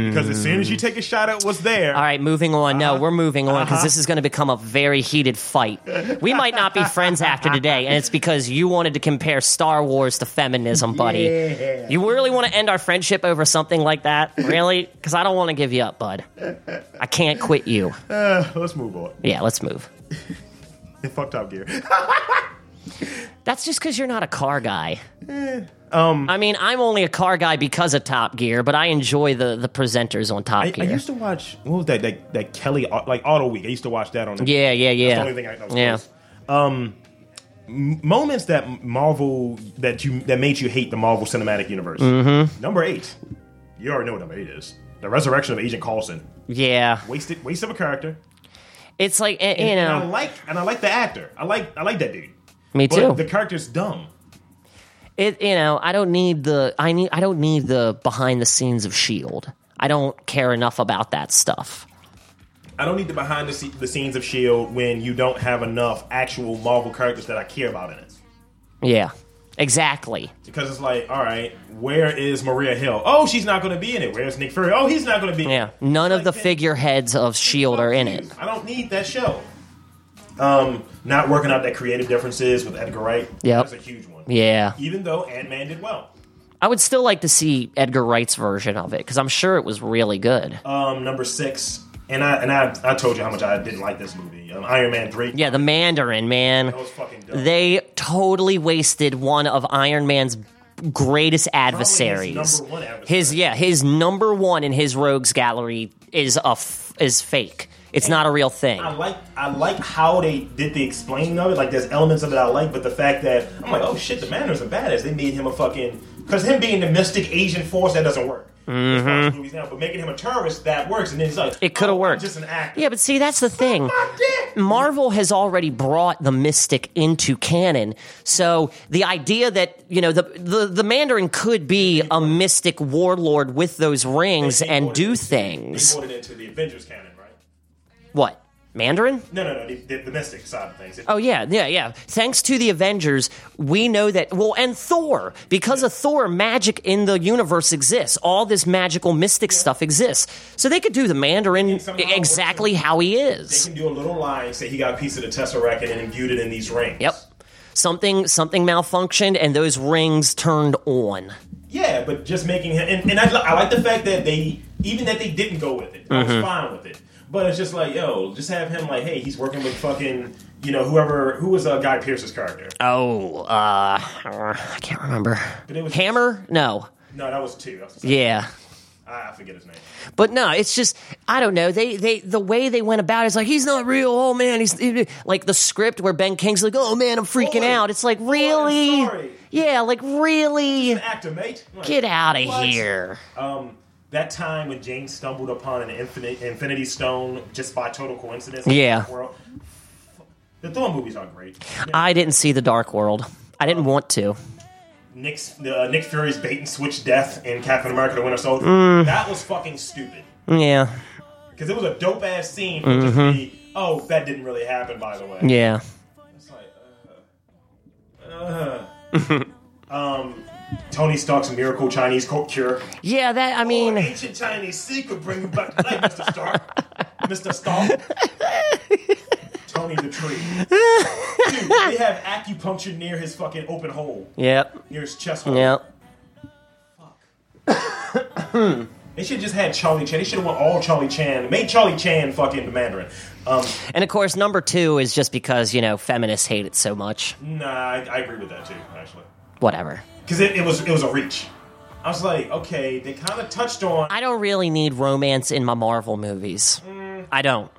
S1: because as soon as you take a shot at what's there,
S2: All right, moving on. No,
S1: Uh-huh.
S2: we're moving on because this is going to become a very heated fight. We might not be friends after today, and it's because you wanted to compare Star Wars to feminism, buddy.
S1: Yeah.
S2: You really want to end our friendship over something like that? Really? Because I don't want to give you up, bud. I can't quit you.
S1: let's move on.
S2: Yeah, let's move.
S1: Fuck Top Gear.
S2: That's just because you're not a car guy.
S1: Eh.
S2: Um, I mean, I'm only a car guy because of Top Gear, but I enjoy the, the presenters on Top
S1: I, I
S2: Gear.
S1: used to watch what was that that, that Kelly uh, like Auto Week. I used to watch that on.
S2: yeah, yeah, yeah.
S1: the only thing I know is
S2: Yeah.
S1: close. moments that Marvel that you that made you hate the Marvel Cinematic Universe.
S2: Mm-hmm.
S1: Number eight, you already know what number eight is: the resurrection of Agent Coulson.
S2: Yeah.
S1: Wasted, waste of a character.
S2: It's like, eh, you
S1: and
S2: know.
S1: I like and I like the actor. I like I like that dude.
S2: Me
S1: But
S2: too.
S1: The character's dumb.
S2: it you know i don't need the i need i don't need the behind the scenes of shield i don't care enough about that stuff
S1: I don't need the behind the, sce- the scenes of Shield E when you don't have enough actual Marvel characters that I care about in it.
S2: yeah exactly
S1: Because it's like, all right, where is Maria Hill? Oh, she's not going to be in it. Where's Nick Fury? Oh, he's not going to be.
S2: yeah none of the
S1: Like,
S2: figureheads of shield E are in it
S1: I don't need that show. Um, not working out that creative differences with Edgar Wright.
S2: Yep.
S1: that's a huge one.
S2: yeah
S1: Even though Ant Man did well.
S2: i would still like to see edgar wright's version of it because i'm sure it was really good
S1: Um, number six, and I and I, I told you how much I didn't like this movie. Um, Iron Man three.
S2: yeah the mandarin man
S1: that was fucking dumb.
S2: they totally wasted one of iron man's greatest adversaries
S1: number one adversary.
S2: His- yeah his number one in his rogues gallery is a f- is fake it's not a real thing
S1: I like I like how they did the explaining of it. Like there's elements of it I like, but the fact that I'm like, oh shit, the Mandarin's a badass. They made him a fucking because him being the mystic Asian force that doesn't work. As far as movies now, but making him a terrorist that works, and then he's like,
S2: Mm-hmm. It coulda
S1: oh, I'm
S2: worked.
S1: Just an actor.
S2: Yeah, but see, that's the thing. Marvel has already brought the mystic into canon, so the idea that you know the the, the Mandarin could be a mystic warlord with those rings and do things.
S1: They brought it into the Avengers canon, right?
S2: What Mandarin?
S1: No, no, no, the, the, the mystic side of things.
S2: Oh yeah, yeah, yeah. Thanks to the Avengers, we know that. Well, and Thor, because of Thor, magic in the universe exists. All this magical mystic stuff exists, so they could do the Mandarin
S1: somehow works
S2: exactly how he is.
S1: They can do a little line, say he got a piece of the Tesseract and then imbued it in these rings.
S2: Yep. Something something malfunctioned and those rings turned on.
S1: Yeah, but just making him, and, and I, li- I like the fact that they, even that they didn't go with it, I
S2: Mm-hmm.
S1: was fine with it. But it's just like, yo, just have him like, hey, he's working with fucking, you know, whoever, who was uh, Guy Pierce's character?
S2: Oh, uh I can't remember.
S1: But it was-
S2: Hammer? No.
S1: No, that was two. That was the second.
S2: Yeah.
S1: I, I forget his name.
S2: But no, it's just I don't know. They they the way they went about it is like he's not real. Oh man, he's like the script where Ben King's like, "Oh man, I'm freaking
S1: Boy.
S2: out." It's like,
S1: Boy,
S2: "Really?"
S1: sorry.
S2: Yeah, like really.
S1: Actor, mate. I'm like,
S2: Get out of
S1: what?
S2: here.
S1: Um, that time when Jane stumbled upon an infinite Infinity Stone just by total coincidence.
S2: Yeah.
S1: The, world. the Thor movies are great.
S2: I didn't see The Dark World. I
S1: oh.
S2: didn't want to.
S1: Nick's uh, Nick Fury's bait and switch death in Captain America: The Winter Soldier.
S2: Mm.
S1: That was fucking stupid
S2: Yeah.
S1: because it was a dope ass scene for just the oh that didn't really happen by the way.
S2: Mm-hmm. Yeah.
S1: It's like, uh, uh. um, Tony Stark's miracle Chinese cult cure.
S2: Yeah, that I
S1: An
S2: mean
S1: ancient Chinese secret bringing back to life, Mr. Stark. Mr. Stark. Tony the tree. Dude, they have acupuncture near his fucking open hole,
S2: Yep.
S1: near his chest hole.
S2: Yep.
S1: They should just had Charlie Chan. They should have went all Charlie Chan. Made Charlie Chan fucking the Mandarin. Um,
S2: And of course, number two is just because you know feminists hate it so much.
S1: nah, I, I agree with that too. Actually,
S2: whatever.
S1: because it, it was it was a reach. I was like, okay, they kind of touched on.
S2: I don't really need romance in my Marvel movies.
S1: Mm.
S2: I don't.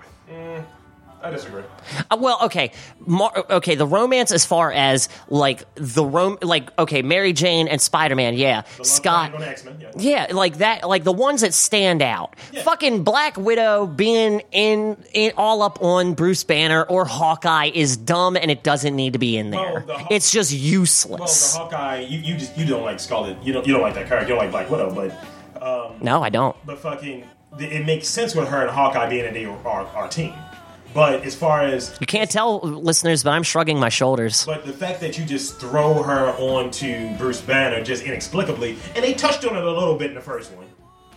S1: I disagree.
S2: Uh, well, okay, Mar- okay. The romance, as far as like the rom, like okay, Mary Jane and Spider Man, yeah. Scott,
S1: on X-Men, yeah.
S2: yeah, like that, like the ones that stand out. Fucking Black Widow being in, in all up on Bruce Banner or Hawkeye is dumb, and it doesn't need to be in there.
S1: the Haw-
S2: it's just
S1: Well,
S2: useless.
S1: the Hawkeye, you, you just you don't like Scarlet, you don't you don't like that character, you don't like Black Widow, but
S2: no, I don't.
S1: but fucking, th- it makes sense with her and Hawkeye being in the, our, our team. But as far as
S2: You can't tell listeners, but I'm shrugging my shoulders.
S1: but the fact that you just throw her onto Bruce Banner just inexplicably, and they touched on it a little bit in the first one,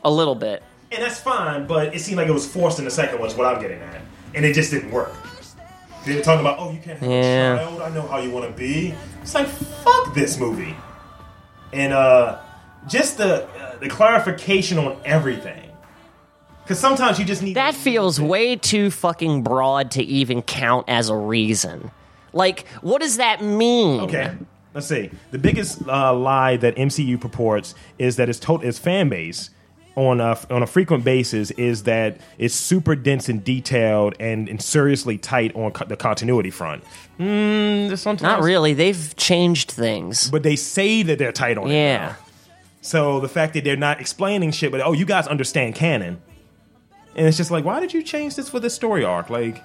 S2: A little bit.
S1: and that's fine. But it seemed like it was forced in the second one. Is what I'm getting at, and it just didn't work. They were talking about, oh, you can't have
S2: Yeah.
S1: a child. I know how you want to be. It's like fuck this movie, and uh, just the uh, the clarification on everything. Because sometimes you just need
S2: That feels way too fucking broad to even count as a reason. Like, what does that mean?
S1: Okay. Let's see. The biggest uh, lie that MCU purports is that its, tot its fan base on a, on a frequent basis is that it's super dense and detailed and, and seriously tight on co- the continuity front. Mm, sometimes.
S2: Not really. They've changed things.
S1: But they say that they're tight on it.
S2: Yeah.
S1: So the fact that they're not explaining shit, but oh, you guys understand canon. And it's just like, why did you change this for this story arc? Like,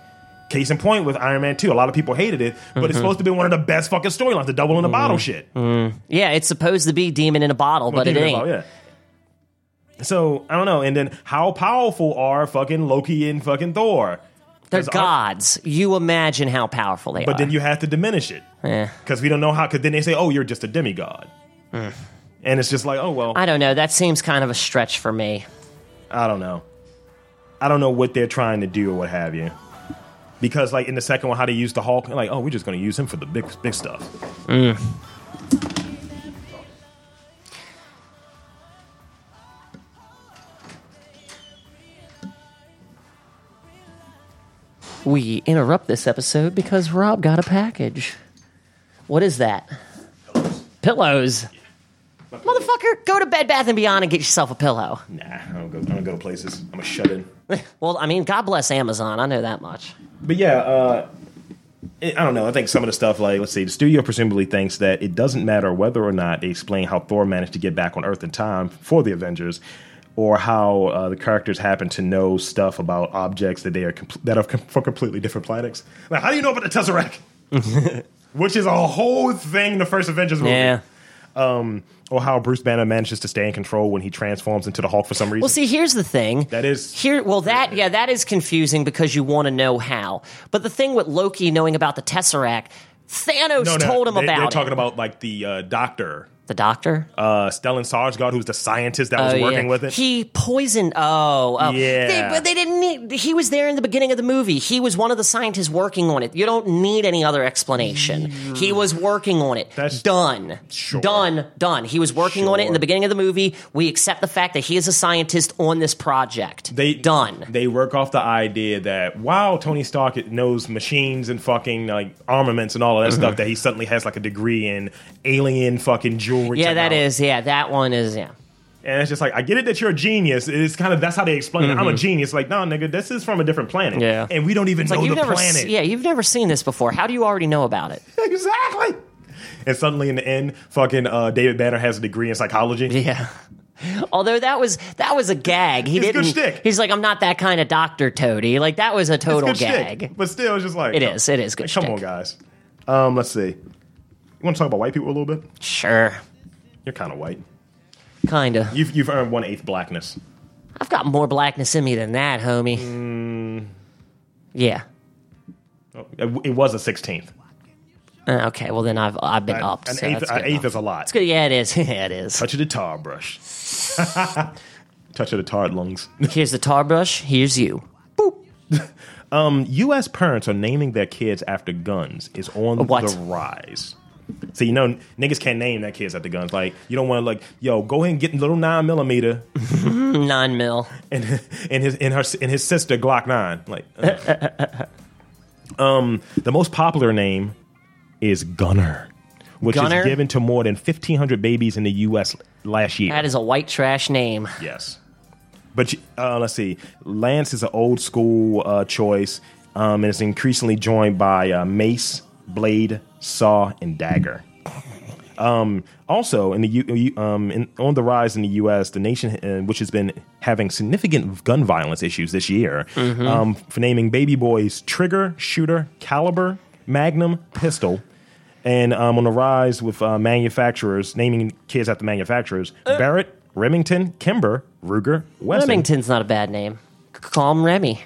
S1: case in point with Iron Man 2, a lot of people hated it, but
S2: Mm-hmm.
S1: it's supposed to be one of the best fucking storylines, the double in the bottle shit.
S2: Yeah, it's supposed to be demon in a bottle, but it
S1: Demon
S2: ain't.
S1: Ball, yeah. So I don't know. And then how powerful are fucking Loki and fucking Thor?
S2: They're
S1: 'Cause I-
S2: gods. You imagine how powerful they
S1: But
S2: are.
S1: then you have to diminish it
S2: Eh.
S1: because we don't know how. Because then they say, "Oh, you're just a demigod," and it's just like, "Oh well,
S2: Mm. I don't know. That seems kind of a stretch for me.
S1: I don't know. I don't know what they're trying to do or what have you." Because like in the second one, how they use the Hulk, like, "Oh, we're just going to use him for the big big stuff."
S2: We interrupt this episode because Rob got a package. What is that? Pillows. Motherfucker, go to Bed Bath and Beyond and get yourself a pillow.
S1: Nah, I don't go. I don't go to places. I'm a shut in.
S2: Well, I mean, God bless Amazon. I know that much.
S1: But yeah, uh, it, I don't know. I think some of the stuff, like let's see, the studio presumably thinks that it doesn't matter whether or not they explain how Thor managed to get back on Earth in time for the Avengers, or how uh, the characters happen to know stuff about objects that they are com- that are com- from completely different planets. Like, how do you know about the Tesseract? Which is a whole thing in the first Avengers movie.
S2: Yeah.
S1: Or how Bruce Banner manages to stay in control when he transforms into the Hulk for some reason.
S2: Well, see, here's the thing.
S1: That is-
S2: here. Well, that yeah, that is confusing because you want to know how. But the thing with Loki knowing about the Tesseract, Thanos told him
S1: they,
S2: about
S1: They're
S2: it.
S1: talking about like the uh, Doctor
S2: the Doctor.
S1: uh, Stellan Sarsgaard, who's the scientist that was
S2: Oh,
S1: working
S2: yeah.
S1: with it.
S2: He poisoned. Oh, oh.
S1: Yeah.
S2: They- but they didn't need. He was there in the beginning of the movie. He was one of the scientists working on it. You don't need any other explanation. He was working on it.
S1: That's-
S2: done.
S1: Sure.
S2: Done. Done. He was working on it in
S1: Sure.
S2: the beginning of the movie. We accept the fact that he is a scientist on this project.
S1: they
S2: done.
S1: They work off the idea that wow, Tony Stark knows machines and fucking like armaments and all of that
S2: Mm-hmm.
S1: stuff. That he suddenly has like a degree in alien fucking jewelry.
S2: yeah, that
S1: technology.
S2: is. Yeah, that one is. Yeah.
S1: And it's just like I get it that you're a genius. It's kind of that's how they explain it. I'm a genius. Like no, nigga, this is from a different planet.
S2: Mm-hmm. Yeah.
S1: and we don't even know
S2: Like
S1: the
S2: you've never.
S1: planet.
S2: se- yeah, you've never seen this before. How do you already know about it?
S1: exactly. And suddenly in the end, fucking uh, David Banner has a degree in psychology.
S2: Yeah. Although that was that was a gag. He
S1: It's good
S2: didn't.
S1: shtick.
S2: He's like, I'm not that kind of doctor, Toady. Like that was a total
S1: It's good shtick,
S2: gag.
S1: but still, it's just like
S2: It is. It is good.
S1: Come
S2: shtick.
S1: on, guys. Um, let's see. You want to talk about white people a little bit?
S2: Sure.
S1: You're kind of white.
S2: Kinda.
S1: You've you've earned one eighth blackness.
S2: I've got more blackness in me than that, homie.
S1: Mm.
S2: Yeah.
S1: Oh, It it was a sixteenth.
S2: Uh, okay. Well, then I've I've been up.
S1: An
S2: so
S1: eighth,
S2: that's
S1: an
S2: good
S1: eighth
S2: enough.
S1: is a lot.
S2: It's good. Yeah, it is. yeah, it is.
S1: Touch of the tar brush. Touch of the tar lungs.
S2: Here's the tar brush. Here's you.
S1: U.S. parents are naming their kids after guns is on
S2: What?
S1: the rise. So you know n- niggas can't name their kids after guns. Like you don't want to like yo go ahead and get little nine millimeter
S2: Nine mil.
S1: and and his and her and his sister Glock nine. Like, uh. ugh. um, the most popular name is Gunner. which
S2: Gunner?
S1: is given to more than 1,500 babies in the U.S. last year.
S2: That is a white trash name.
S1: Yes. But you- uh, let's see. Lance is an old school uh, choice, um, and it's increasingly joined by uh, mace, blade, saw, and dagger. Um, also, in the U- U- um, in, on the rise in the U.S., the nation, uh, which has been having significant gun violence issues this year,
S2: Mm-hmm.
S1: um, for naming baby boys trigger, shooter, caliber, magnum, pistol, and um, on the rise with uh, manufacturers naming kids after manufacturers:
S2: Uh.
S1: Barrett, Remington, Kimber, Ruger, Wesson,
S2: Remington's not a bad name. C- Call him Remy.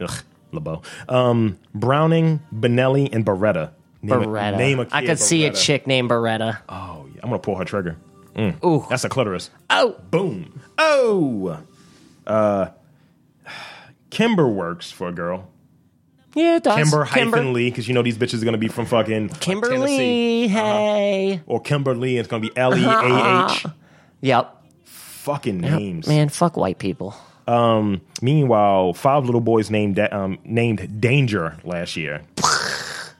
S1: Ugh, LeBeau, um, Browning, Benelli, and Beretta. Name a-
S2: Beretta.
S1: name a
S2: I
S1: kid
S2: could see a
S1: Beretta.
S2: chick named Beretta.
S1: Oh, yeah. I'm gonna pull her trigger.
S2: Ooh.
S1: That's a clitoris.
S2: Oh.
S1: Boom. Oh. Uh, Kimber works for a girl.
S2: Yeah, it does.
S1: Kimber, hyphen Lee, because you know these bitches are gonna be from fucking uh, Tennessee. Uh-huh.
S2: Kimberly. Hey.
S1: Or Kimberly, it's gonna be L E A H.
S2: Yep.
S1: Fucking names.
S2: Man, fuck white people.
S1: Meanwhile, five little boys named da- um, named Danger last year.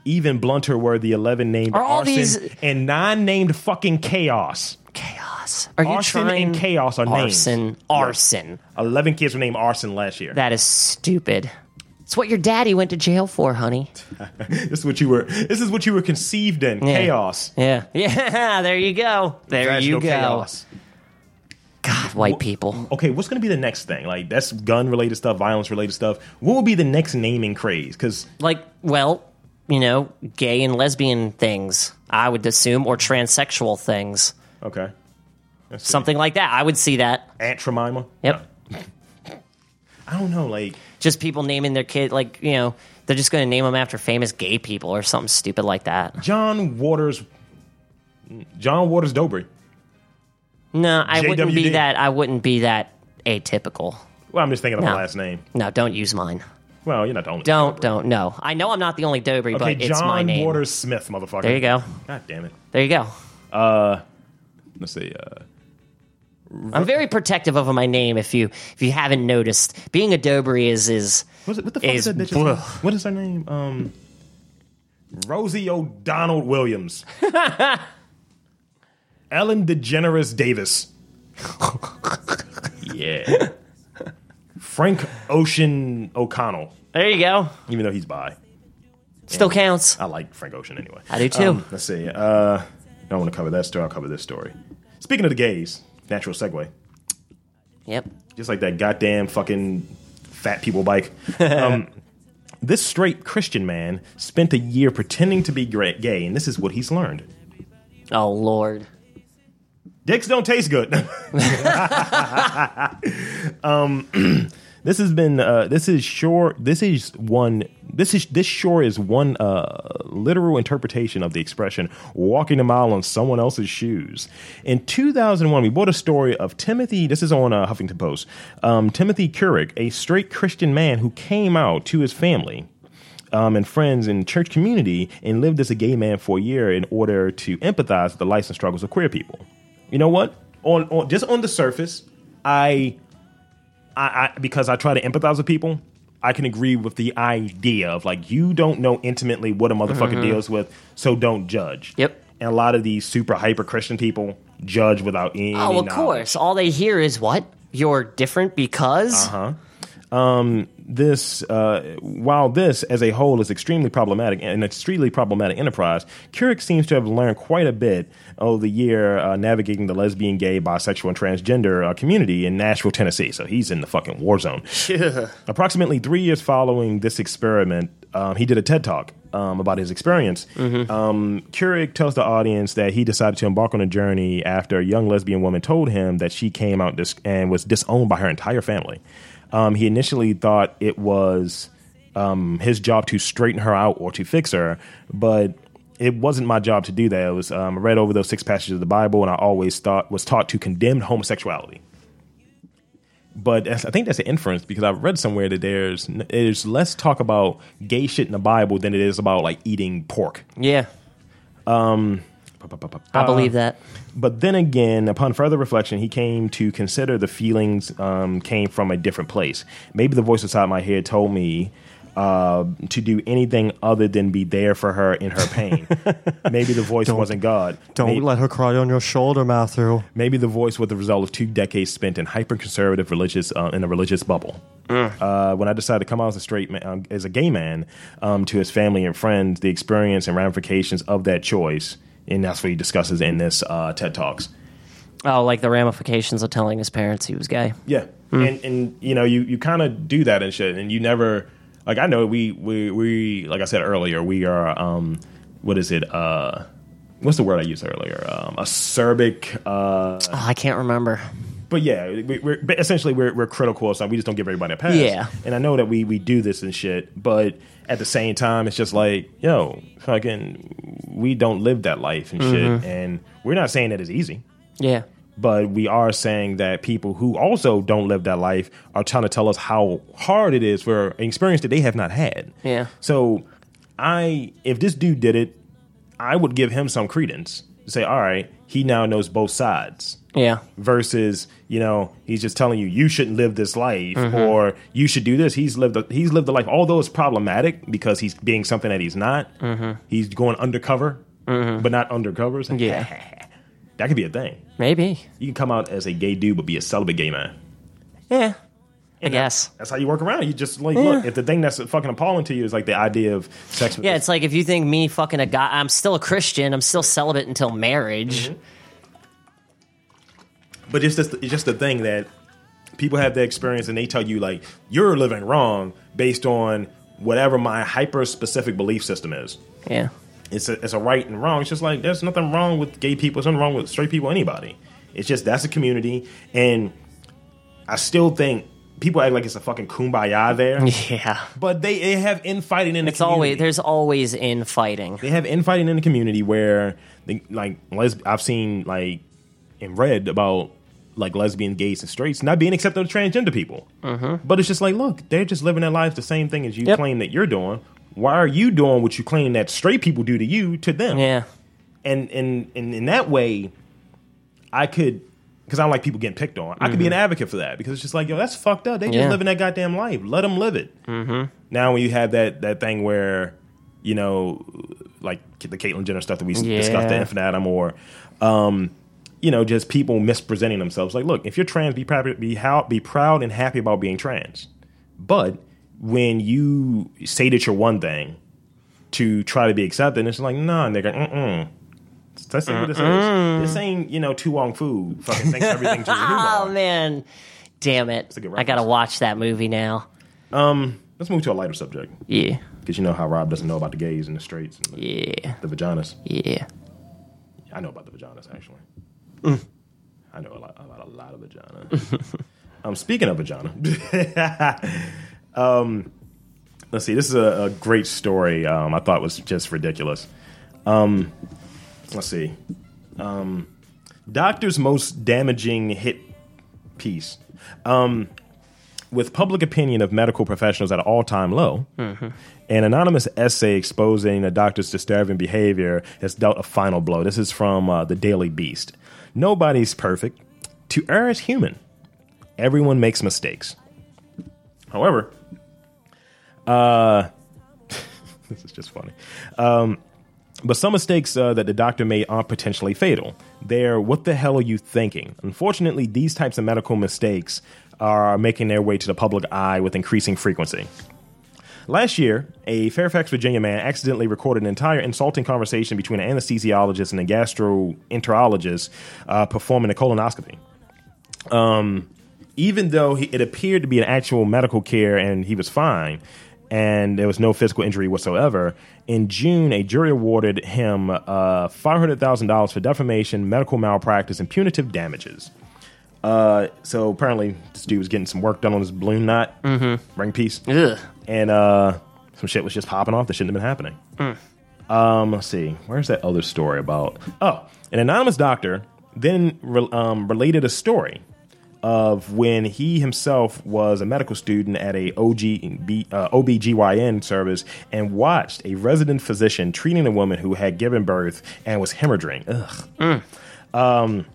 S1: Even blunter were the eleven named
S2: Are all
S1: Arson
S2: these-
S1: and nine named fucking Chaos.
S2: Chaos. Are you
S1: Arson
S2: trying?
S1: and Chaos are
S2: arson.
S1: names.
S2: Arson.
S1: Eleven kids were named Arson last year.
S2: That is stupid. It's what your daddy went to jail for, honey.
S1: this is what you were. This is what you were conceived in.
S2: Yeah.
S1: Chaos.
S2: Yeah. Yeah. There you go. There
S1: Vaginal
S2: you go.
S1: chaos.
S2: God, white people.
S1: Okay, what's going to be the next thing? Like that's gun related stuff, violence related stuff. What will be the next naming craze? Because
S2: Like, well, you know, gay and lesbian things, I would assume, or transsexual things.
S1: okay, Let's see.
S2: Something like that. I would see that.
S1: Aunt Jemima.
S2: Yep.
S1: I don't know. Like
S2: Just people naming their kid, like, you know, they're just going to name them after famous gay people or something stupid like that.
S1: John Waters. John Waters Dobry.
S2: No, I wouldn't be
S1: JWD.
S2: that. I wouldn't be that atypical.
S1: Well, I'm just thinking of
S2: No.
S1: my last name.
S2: No, don't use mine.
S1: Well, you're not the only.
S2: Don't,
S1: Dobry.
S2: don't, no. I know I'm not the only Dobry,
S1: Okay,
S2: but it's my
S1: John
S2: name.
S1: Waters Smith, motherfucker.
S2: There you go.
S1: God damn it.
S2: There you go.
S1: Let's see. Uh,
S2: I'm very protective over my name. If you if you haven't noticed, being a Dobry is is
S1: what's it, what the fuck is,
S2: Is-
S1: that bitch's
S2: Ugh.
S1: name? What is her name? Um, Rosie O'Donnell Williams. Ellen DeGeneres Davis. yeah. Frank Ocean O'Connell,
S2: there. You go.
S1: even though he's bi.
S2: Still counts.
S1: I like Frank Ocean anyway.
S2: I do too.
S1: Um, let's see. Uh, I don't want to cover that story. I'll cover this story. Speaking of the gays, natural segue.
S2: Yep.
S1: just like that goddamn fucking fat people bike. Um, this straight Christian man spent a year pretending to be gra- gay, and this is what he's learned:
S2: Oh Lord.
S1: dicks don't taste good. um, this has been uh, this is sure this is one this is this sure is one uh, literal interpretation of the expression "walking a mile on someone else's shoes." In 2001, we bought a story of Timothy. This is on uh, Huffington Post. Um, Timothy Couric, a straight Christian man who came out to his family um, and friends and church community and lived as a gay man for a year in order to empathize with the life and struggles of queer people. You know what? On, on just on the surface, I, I, I because I try to empathize with people, I can agree with the idea of like you don't know intimately what a motherfucker deals with, so don't judge.
S2: Mm-hmm. Yep.
S1: And a lot of these super hyper Christian people judge without any.
S2: Oh, of
S1: knowledge.
S2: course. All they hear is what you're different because.
S1: Uh-huh. this uh, while this as a whole is extremely problematic an extremely problematic enterprise Couric seems to have learned quite a bit over the year uh, navigating the lesbian gay bisexual and transgender uh, community in Nashville Tennessee so he's in the fucking war zone approximately three years following this experiment um, he did a TED talk um, about his experience um, Couric tells the audience that he decided to embark on a journey after a young lesbian woman told him that she came out dis- and was disowned by her entire family um, he initially thought it was um, his job to straighten her out or to fix her, but it wasn't my job to do that. It was um, I read over those six passages of the Bible, and I always thought was taught to condemn homosexuality. But that's, I think that's an inference because I've read somewhere that there's n- there's less talk about gay shit in the Bible than it is about like eating pork.
S2: Yeah,
S1: Uh-huh.
S2: I believe that.
S1: Uh, But then again, upon further reflection, he came to consider the feelings um, came from a different place. Maybe the voice inside my head told me uh, to do anything other than be there for her in her pain. maybe the voice wasn't God.
S3: Don't
S1: maybe,
S3: let her cry on your shoulder, Matthew.
S1: maybe the voice was the result of two decades spent in hyper-conservative religious uh, in a religious bubble. Uh, when I decided to come out as a straight man, um, as a gay man, um, to his family and friends, the experience and ramifications of that choice, and that's what he discusses in this uh, TED Talks.
S2: Oh, like the ramifications of telling his parents he was gay.
S1: Yeah, and and you know you you kind of do that and shit, and you never like I know we we we like I said earlier we are um what is it uh what's the word I used earlier um acerbic uh
S2: Oh, I can't remember.
S1: but yeah we, we're but essentially we're we're critical so we just don't give everybody a pass
S2: Yeah.
S1: and I know that we we do this and shit but at the same time it's just like yo fucking we don't live that life and shit and we're not saying that it's easy
S2: Yeah.
S1: but we are saying that people who also don't live that life are trying to tell us how hard it is for an experience that they have not had.
S2: Yeah.
S1: So I if this dude did it, I would give him some credence. Say, all right, he now knows both sides
S2: Yeah.
S1: versus, you know, he's just telling you you shouldn't live this life
S2: Mm-hmm.
S1: or you should do this. He's lived the, he's lived the life although it's problematic because he's being something that he's not.
S2: Mm-hmm.
S1: He's going undercover, but not undercover. It's like,
S2: Yeah.
S1: That could be a thing.
S2: Maybe.
S1: You can come out as a gay dude but be a celibate gay man.
S2: Yeah. I guess.
S1: That's how you work around. You just like look if the thing that's fucking appalling to you is like the idea of sex.
S2: Yeah, it's like if you think me fucking a guy, I'm still a Christian, I'm still celibate until marriage.
S1: but it's just it's just the thing that people have that experience and they tell you like you're living wrong based on whatever my hyper specific belief system is.
S2: Yeah.
S1: It's a, it's a right and wrong. It's just like there's nothing wrong with gay people. There's nothing wrong with straight people. Anybody. It's just that's a community, and I still think people act like it's a fucking kumbaya there.
S2: Yeah.
S1: But they, they have infighting in the
S2: It's
S1: community.
S2: always there's always infighting.
S1: they have infighting in the community where they, like les- I've seen like and read about like lesbians, gays, and straights not being accepted of transgender people. But it's just like, look, they're just living their lives the same thing as you
S2: Mm-hmm. Yep.
S1: claim that you're doing. Why are you doing what you claim that straight people do to you to them?
S2: Yeah.
S1: And and and in that way, I could. Because I don't like people getting picked on. I could be an advocate for that because it's just like, yo, that's fucked up. They just
S2: Mm-hmm. Yeah. Mm-hmm.
S1: living that goddamn life. Let them live it. Now when you have that that thing where you know, like the Caitlyn Jenner stuff that we s
S2: Yeah.
S1: discussed at infinitum, or um, you know, just people mispresenting themselves. Like, look, if you're trans, be proud, be how, be proud and happy about being trans. But when you say that you're one thing to try to be accepted, it's like, nah, nigga, mm-mm. That's not what this is. This ain't, you know, Tu Wong Fu. Fucking thanks everything to
S2: Oh
S1: the
S2: man. Damn it.
S1: a good
S2: I gotta
S1: reference.
S2: watch that movie now.
S1: Let's move to a lighter subject.
S2: Yeah.
S1: Because you know how Rob doesn't know about the gays and the straights and the,
S2: Yeah.
S1: the vaginas.
S2: Yeah.
S1: I know about the vaginas actually. I know a lot about a lot of vagina. um, speaking of vagina, um, let's see. This is a, a great story. Um, I thought was just ridiculous. Um, let's see. Um, doctor's most damaging hit piece. Um, with public opinion of medical professionals at an all-time low, an anonymous essay exposing a doctor's disturbing behavior has dealt a final blow. This is from uh, the Daily Beast. Nobody's perfect. To err is human. Everyone makes mistakes. However, uh, this is just funny. Um, But some mistakes uh, that the doctor made are potentially fatal. They're what the hell are you thinking? Unfortunately, these types of medical mistakes are making their way to the public eye with increasing frequency. Last year, a Fairfax, Virginia man accidentally recorded an entire insulting conversation between an anesthesiologist and a gastroenterologist uh, performing a colonoscopy Um, even though he, it appeared to be an actual medical care and he was fine and there was no physical injury whatsoever in june a jury awarded him uh, $500000 for defamation medical malpractice and punitive damages uh, so apparently this dude was getting some work done on his balloon knot ring piece
S2: Ugh.
S1: and uh, some shit was just popping off that shouldn't have been happening um, let's see. Where's that other story about? Oh, an anonymous doctor then re- um, related a story of when he himself was a medical student at a OG, uh, OBGYN service and watched a resident physician treating a woman who had given birth and was hemorrhaging. Ugh. Um,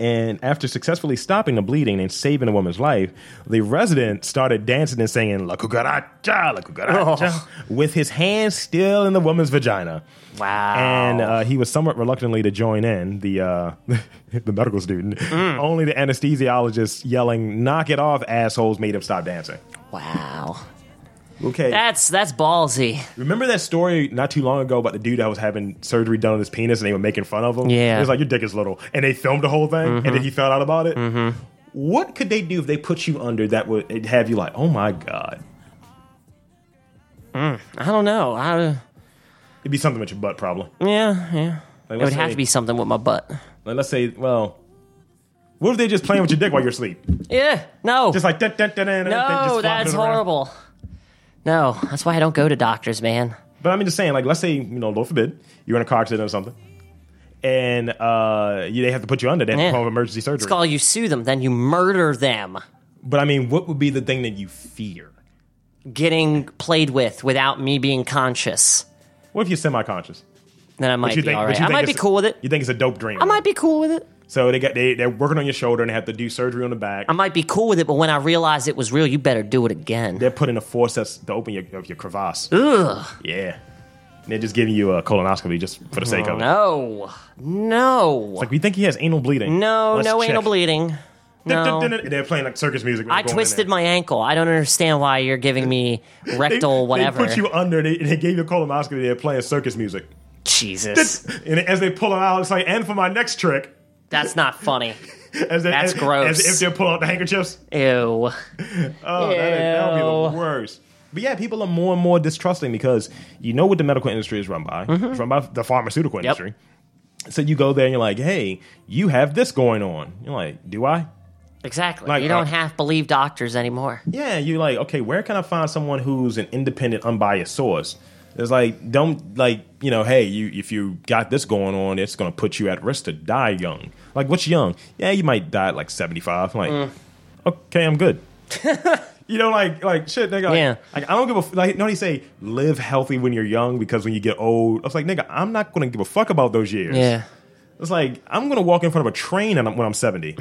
S1: and after successfully stopping the bleeding and saving a woman's life, the resident started dancing and singing La Cucaracha, La Cucaracha, with his hands still in the woman's vagina.
S2: Wow.
S1: And uh, he was somewhat reluctantly to join in, the, uh, the medical student. Only the anesthesiologist yelling, Knock it off, assholes, made him stop dancing.
S2: Wow.
S1: Okay.
S2: That's that's ballsy.
S1: Remember that story not too long ago about the dude that was having surgery done on his penis and they were making fun of him?
S2: Yeah. Mm-hmm.
S1: It was like, your dick is little. And they filmed the whole thing and then he found out about it. What could they do if they put you under that would it'd have you like, oh my God?
S2: I don't know. I,
S1: It'd be something with your butt, probably.
S2: yeah,
S1: Like,
S2: yeah. It would
S1: let's
S2: have
S1: say-
S2: to be something with my butt.
S1: Like, let's say, well, what if they're just playing with your dick while you're asleep?
S2: Yeah. No.
S1: Just like, dun, dun, dun, dun, dun, dun, just
S2: no,
S1: flopping
S2: that's
S1: it around.
S2: horrible. No, that's why I don't go to doctors, man.
S1: But I'm just saying, like, let's say, you know, Lord forbid, you're in a car accident or something. And uh, you, they have to put you under that
S2: Yeah.
S1: form of emergency surgery.
S2: It's called you sue them, then you murder them.
S1: but I mean, what would be the thing that you fear?
S2: Getting played with without me being conscious.
S1: What if you're semi-conscious?
S2: Then I
S1: But
S2: might
S1: you
S2: be
S1: think- but
S2: alright.
S1: you
S2: I
S1: think
S2: might be
S1: it's-
S2: cool with it.
S1: You think it's a dope dream?
S2: I might be cool with it.
S1: So they got they they're working on your shoulder and they have to do surgery on the back.
S2: I might be cool with it, but when I realize it was real, you better do it again.
S1: they're putting a forceps to open your of your crevasse. Ugh. Yeah. And they're just giving you a colonoscopy just for the sake of it.
S2: Oh, No. No.
S1: Like we think he has anal bleeding.
S2: No,
S1: Let's
S2: no
S1: check.
S2: anal bleeding.
S1: Dun,
S2: No.
S1: dun, dun, dun. They're playing like circus music.
S2: I twisted my ankle. I don't understand why you're giving me
S1: they,
S2: rectal whatever.
S1: They put you under. They, they gave you a colonoscopy. They're playing circus music.
S2: Jesus.
S1: And as they pull it out, it's like, and for my next trick,
S2: That's not funny.
S1: as they,
S2: That's
S1: as,
S2: gross.
S1: As if they're pulling out the handkerchiefs.
S2: Ew.
S1: Oh, that, is, that would be
S2: Ew.
S1: the worst. But yeah, people are more and more distrusting because you know what the medical industry is run by. It's run by the pharmaceutical industry. So you go there and you're like, hey, you have this going on. You're like, do I?
S2: Exactly.
S1: Like,
S2: you don't
S1: uh,
S2: half believe doctors anymore.
S1: Yeah, you're like, okay, where can I find someone who's an independent, unbiased source? It's like, don't like, you know, hey, you if you got this going on, it's gonna put you at risk to die young. Like, what's young? Yeah, you might die at like seventy five. Like,
S2: Mm.
S1: okay, I'm good. you know, like like shit, nigga. Like,
S2: Yeah.
S1: like I don't give a f- like. Don't he say live healthy when you're young because when you get old, I was like, nigga, I'm not gonna give a fuck about those years.
S2: Yeah.
S1: It's like I'm gonna walk in front of a train and I'm, when I'm seventy.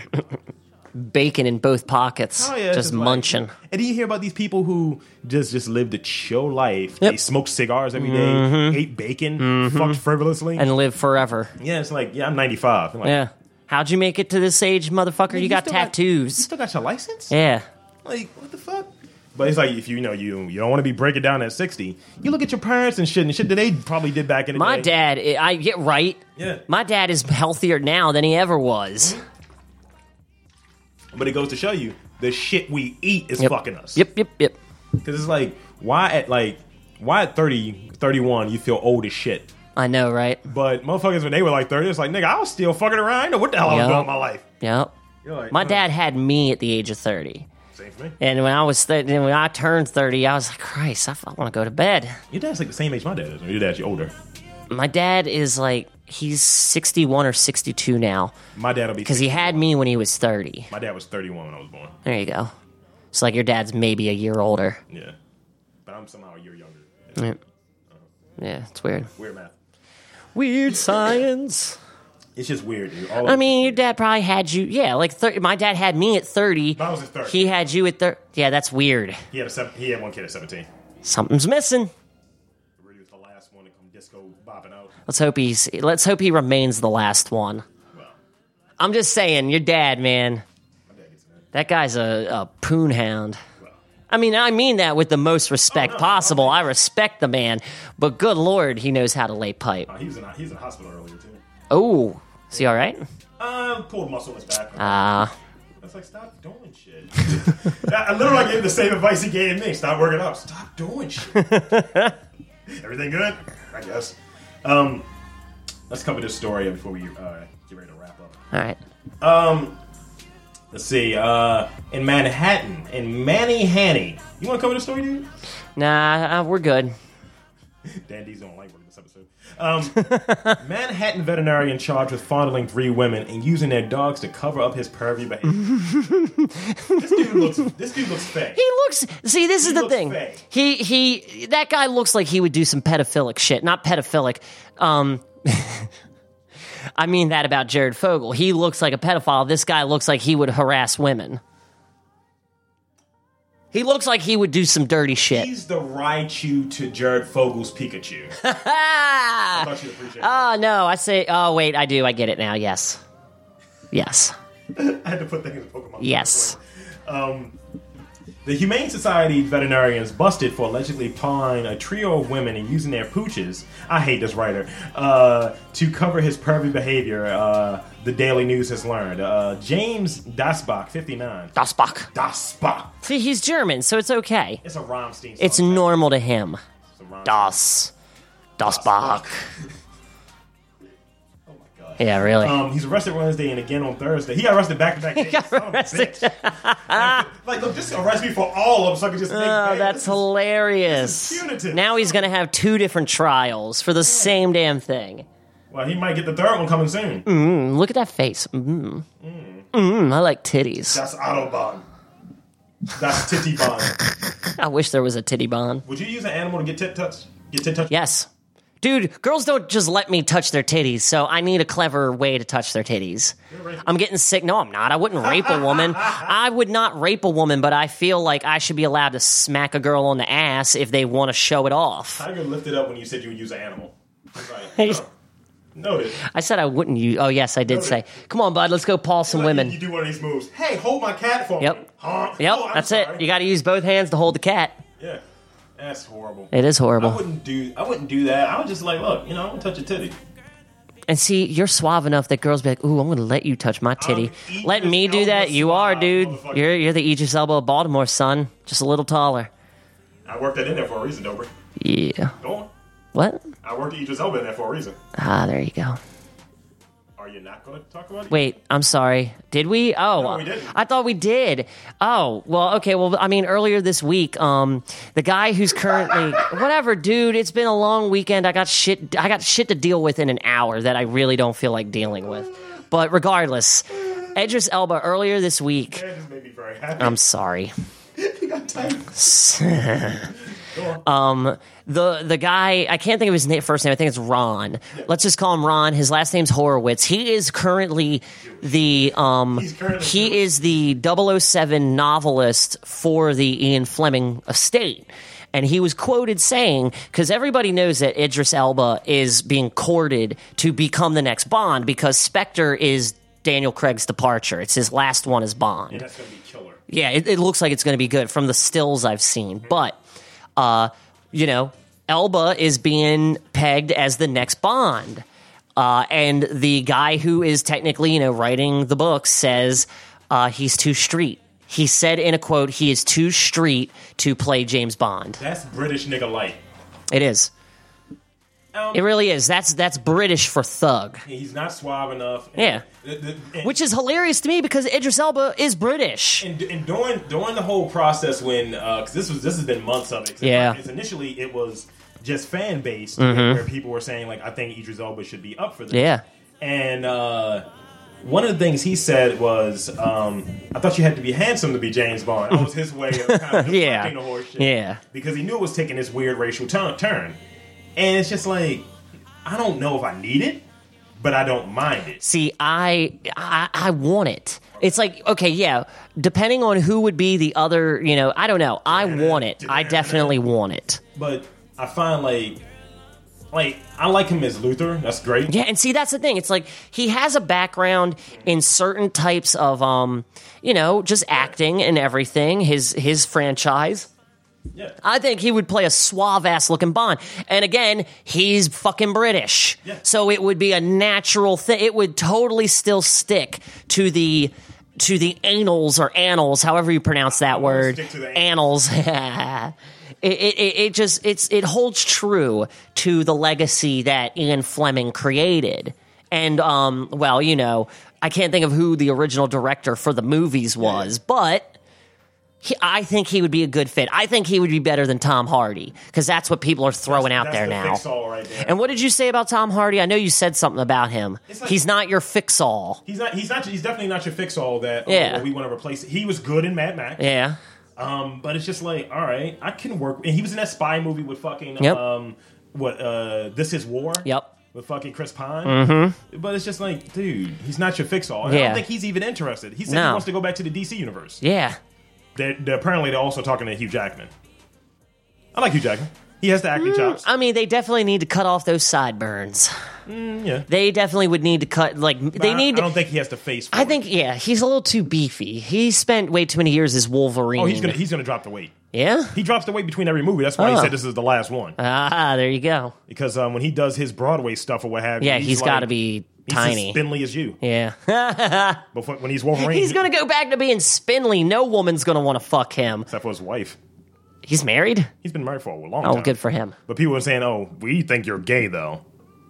S2: Bacon in both pockets.
S1: Oh, yeah, it's
S2: just
S1: like-
S2: munching.
S1: and then you hear about these people who just just lived a chill life.
S2: Yep. Mm-hmm.
S1: They smoked cigars every day, ate bacon, fucked frivolously.
S2: and live forever.
S1: yeah, it's like yeah, I'm 95. I'm like,
S2: Yeah. How'd you make it to this age, motherfucker? you, got
S1: still you
S2: tattoos.
S1: still got your license?
S2: yeah.
S1: Like what the fuck? But it's like if you know you you don't want to be breaking down at 60. You look at your parents and shit and shit that they probably did back in the
S2: My
S1: day.
S2: dad, eh, I I get right.
S1: Yeah.
S2: My dad is healthier now than he ever was.
S1: But it goes to show you the shit we eat is
S2: Yep.
S1: fucking us.
S2: Yep, yep, yep.
S1: Because it's like why at like why at 30, 31 you feel old as shit.
S2: I know, right?
S1: But motherfuckers, when they were like 30, it's like, nigga, I was still fucking around. I didn't know what the hell I was
S2: Yup.
S1: doing with my life.
S2: Yep.
S1: You're like,
S2: My
S1: huh,
S2: dad had me at the age of 30.
S1: Same for me.
S2: And when I was th- when I turned 30, I was like, Christ, I, want to go to bed.
S1: Your dad's like the same age my dad is. Your dad's older.
S2: My dad is like, he's 61 or 62 now
S1: My dad will be.
S2: because he had me when he was 30.
S1: My dad was 31 when I was born.
S2: There you go. It's like your dad's maybe a year older.
S1: Yeah. But I'm somehow a year younger.
S2: Yeah, yeah it's weird.
S1: Weird math.
S2: Weird science.
S1: It's just weird, dude. All
S2: I mean, your dad probably had you. Yeah, like 30, my dad had me at 30.
S1: Mine was at 30.
S2: He had you at 30. Yeah, that's weird.
S1: he had, a seven, he had one kid at 17.
S2: Something's missing.
S1: Rudy was the last one to come disco bopping out.
S2: Let's hope he's let's hope he remains the last one.
S1: Well,
S2: I'm just saying, your dad, man.
S1: my dad gets in there.
S2: That guy's a, a poon hound.
S1: Well,
S2: I mean, I mean that with the most respect possible. I respect the man, but good lord, he knows how to lay pipe.
S1: uh, he, was in, he was in the hospital earlier, too.
S2: Oh, is he all right?
S1: Um, pulled muscle in his back.
S2: Uh,
S1: It's like, stop doing shit. I I literally gave him the same advice he gave me. Stop working out. Stop doing shit. Everything good? I guess. Um, let's cover this story before we uh, get ready to wrap up.
S2: all right.
S1: Let's see. Uh, in Manhattan, in Manny Hanny. You want to cover this story, dude?
S2: Nah, uh, we're good.
S1: Dandy's don't like working this episode. Um, Manhattan veterinarian charged with fondling three women and using their dogs to cover up his pervy behavior. this dude looks. This dude looks fake.
S2: He looks. See, this is the
S1: looks
S2: thing.
S1: fake.
S2: He he. That guy looks like he would do some pedophilic shit. Not pedophilic. Um. I mean that about Jared Fogle. He looks like a pedophile. This guy looks like he would harass women. He looks like he would do some dirty shit.
S1: He's the Raichu to Jared Fogel's Pikachu. I thought you'd appreciate that.
S2: Oh no, I say. Oh wait, I do. I get it now. Yes, yes,
S1: I had to put that in the Pokemon.
S2: yes.
S1: The Humane Society veterinarians busted for allegedly pawing a trio of women and using their pooches. I hate this writer. Uh, to cover his pervy behavior, uh, the Daily News has learned. Uh, James Dasbach, 59.
S2: Das Bach.
S1: Dasbach.
S2: See, he's German, so it's okay.
S1: It's a Rammstein. Song.
S2: It's normal to him.
S1: It's a Rammstein.
S2: Das, das Bach.
S1: Oh my god.
S2: Yeah, really.
S1: Um, he's arrested Wednesday and again on Thursday. He got arrested back to back days. Son of a bitch. like, look, just arrest me for all of them so I can just think,
S2: Oh,
S1: man,
S2: that's
S1: this is-
S2: hilarious.
S1: this is punitive.
S2: Now he's going to have two different trials for the same damn thing.
S1: Well, he might get the third one coming soon.
S2: Mm, Look at that face. Mm. Mm, I like titties.
S1: That's Autobahn. That's Titty Bond.
S2: I wish there was a titty bond.
S1: Would you use an animal to get tit touch? Get tit touch?
S2: Yes. Dude, girls don't just let me touch their titties, so I need a clever way to touch their titties. I'm getting sick. No, I'm not. I wouldn't rape a woman. I would not rape a woman, but I feel like I should be allowed to smack a girl on the ass if they want to show it off.
S1: Tiger lifted up when you said you would use an animal. He's like, oh, noted.
S2: I said I wouldn't use. Oh, yes, I did say. Come on, bud, let's go paw some
S1: Like,
S2: women.
S1: You do one of these moves. Hey, hold my cat for me.
S2: Yep.
S1: Huh?
S2: Yep,
S1: Oh, I'm
S2: that's
S1: sorry.
S2: it. You got to use both hands to hold the cat.
S1: yeah. That's horrible.
S2: It is
S1: I
S2: horrible.
S1: wouldn't do. I wouldn't do that. I would just like, look, you know, I would touch a titty.
S2: And see, you're suave enough that girls be like, "Ooh, I'm going to let you touch my titty."
S1: Idris
S2: Let me do
S1: Elba
S2: that. You are,
S1: suave,
S2: dude.
S1: motherfucker.
S2: You're you're the Aegis Elba of Baltimore, son. Just a little taller.
S1: I worked that in there for a reason, Dober.
S2: Yeah.
S1: Go on.
S2: What?
S1: I worked Idris Elba in there for a reason.
S2: Ah, there you go.
S1: Are you not going to talk about it?
S2: Wait, I'm sorry. Did we? Oh,
S1: No, we didn't.
S2: I thought we did. Oh, well, okay. Well, I mean, earlier this week, um, the guy who's currently whatever, dude. It's been a long weekend. I got shit. I got shit to deal with in an hour that I really don't feel like dealing with. But regardless, Edris Elba earlier this week.
S1: That just made me very happy.
S2: I'm sorry.
S1: You got time.
S2: Um, the the guy I can't think of his na- first name. I think it's Ron. Let's just call him Ron. His last name's Horowitz. He is currently the um
S1: He's currently
S2: he
S1: Jewish.
S2: is the 007 novelist for the Ian Fleming estate. And he was quoted saying, because everybody knows that Idris Elba is being courted to become the next Bond because Spectre is Daniel Craig's departure. It's his last one as Bond.
S1: That's going to be killer.
S2: Yeah, it, it looks like it's going to be good from the stills I've seen. But, uh, you know, Elba is being pegged as the next Bond. Uh, and the guy who is technically, you know, writing the book says uh, he's too street. He said in a quote, he is too street to play James Bond.
S1: That's British nigga light.
S2: It is.
S1: Um,
S2: it really is. That's that's British for thug,
S1: He's not suave enough. And,
S2: Yeah.
S1: th- th- and-
S2: which is hilarious to me because Idris Elba is British.
S1: and, and during during the whole process when because this was this has been months of it. 'Cause
S2: Yeah. Mm-hmm.
S1: it's initially it was just fan based where people were saying like I think Idris Elba should be up for this.
S2: Yeah.
S1: And uh, one of the things he said was, um, "I thought you had to be handsome to be James Bond." That was his way of kind of
S2: Yeah.
S1: deflecting the horse shit.
S2: Yeah.
S1: because he knew it was taking this weird racial turn. turn. And it's just like I don't know if I need it, but I don't mind it.
S2: See, I, I I want it. It's like okay, yeah. Depending on who would be the other, you know, I don't know. I want it. I definitely want it.
S1: But I find like like I like him as Luther. That's great.
S2: Yeah, and see that's the thing. It's like he has a background in certain types of um, you know, just acting and everything, his his franchise.
S1: Yeah.
S2: I think he would play a suave ass looking Bond. And again, he's fucking British.
S1: Yeah.
S2: So it would be a natural thing. It would totally still stick to the to the anals or annals, however you pronounce that word.
S1: stick to the
S2: annals. it, it, it it just it's it holds true to the legacy that Ian Fleming created. And um well, you know, I can't think of who the original director for the movies was, but he, I think he would be a good fit. I think he would be better than Tom Hardy because that's what people are throwing out
S1: That's
S2: there
S1: the
S2: now.
S1: fix-all right there.
S2: And what did you say about Tom Hardy? I know you said something about him.
S1: like-
S2: he's not your fix all.
S1: he's not. He's not. He's definitely not your fix-all. That oh,
S2: Yeah.
S1: well, we want to replace. It. He was good in Mad Max.
S2: Yeah.
S1: Um, but it's just like, all right, I can work. And he was in that spy movie with fucking
S2: Yep.
S1: um, what? Uh, this is war.
S2: Yep. Mm-hmm.
S1: with fucking Chris Pine. But it's just like, dude, he's not your fix all. I
S2: Yeah.
S1: don't think he's even interested. He said he
S2: No.
S1: wants to go back to the DC universe.
S2: Yeah.
S1: They're, they're- apparently, they're also talking to Hugh Jackman. I like Hugh Jackman. He has the acting chops.
S2: I mean, they definitely need to cut off those sideburns.
S1: Mm, yeah.
S2: They definitely would need to cut like
S1: But
S2: they
S1: I-
S2: need.
S1: I don't think he has the face. For
S2: I
S1: it.
S2: think yeah, he's a little too beefy. He spent way too many years as Wolverine.
S1: Oh, he's gonna he's gonna drop the weight.
S2: yeah.
S1: He drops the weight between every movie. That's why he
S2: Oh.
S1: said this is the last one.
S2: Ah, there you go.
S1: Because um, when he does his Broadway stuff or what have you,
S2: Yeah, he's got to
S1: like-
S2: be
S1: he's as
S2: tiny.
S1: spindly as you.
S2: yeah.
S1: But when- when he's Wolverine,
S2: he's gonna go back to being spindly. No woman's gonna want to fuck him.
S1: except for his wife.
S2: He's married.
S1: He's been married for a long
S2: Oh,
S1: time.
S2: good for him.
S1: But people are saying, "Oh, we think you're gay though,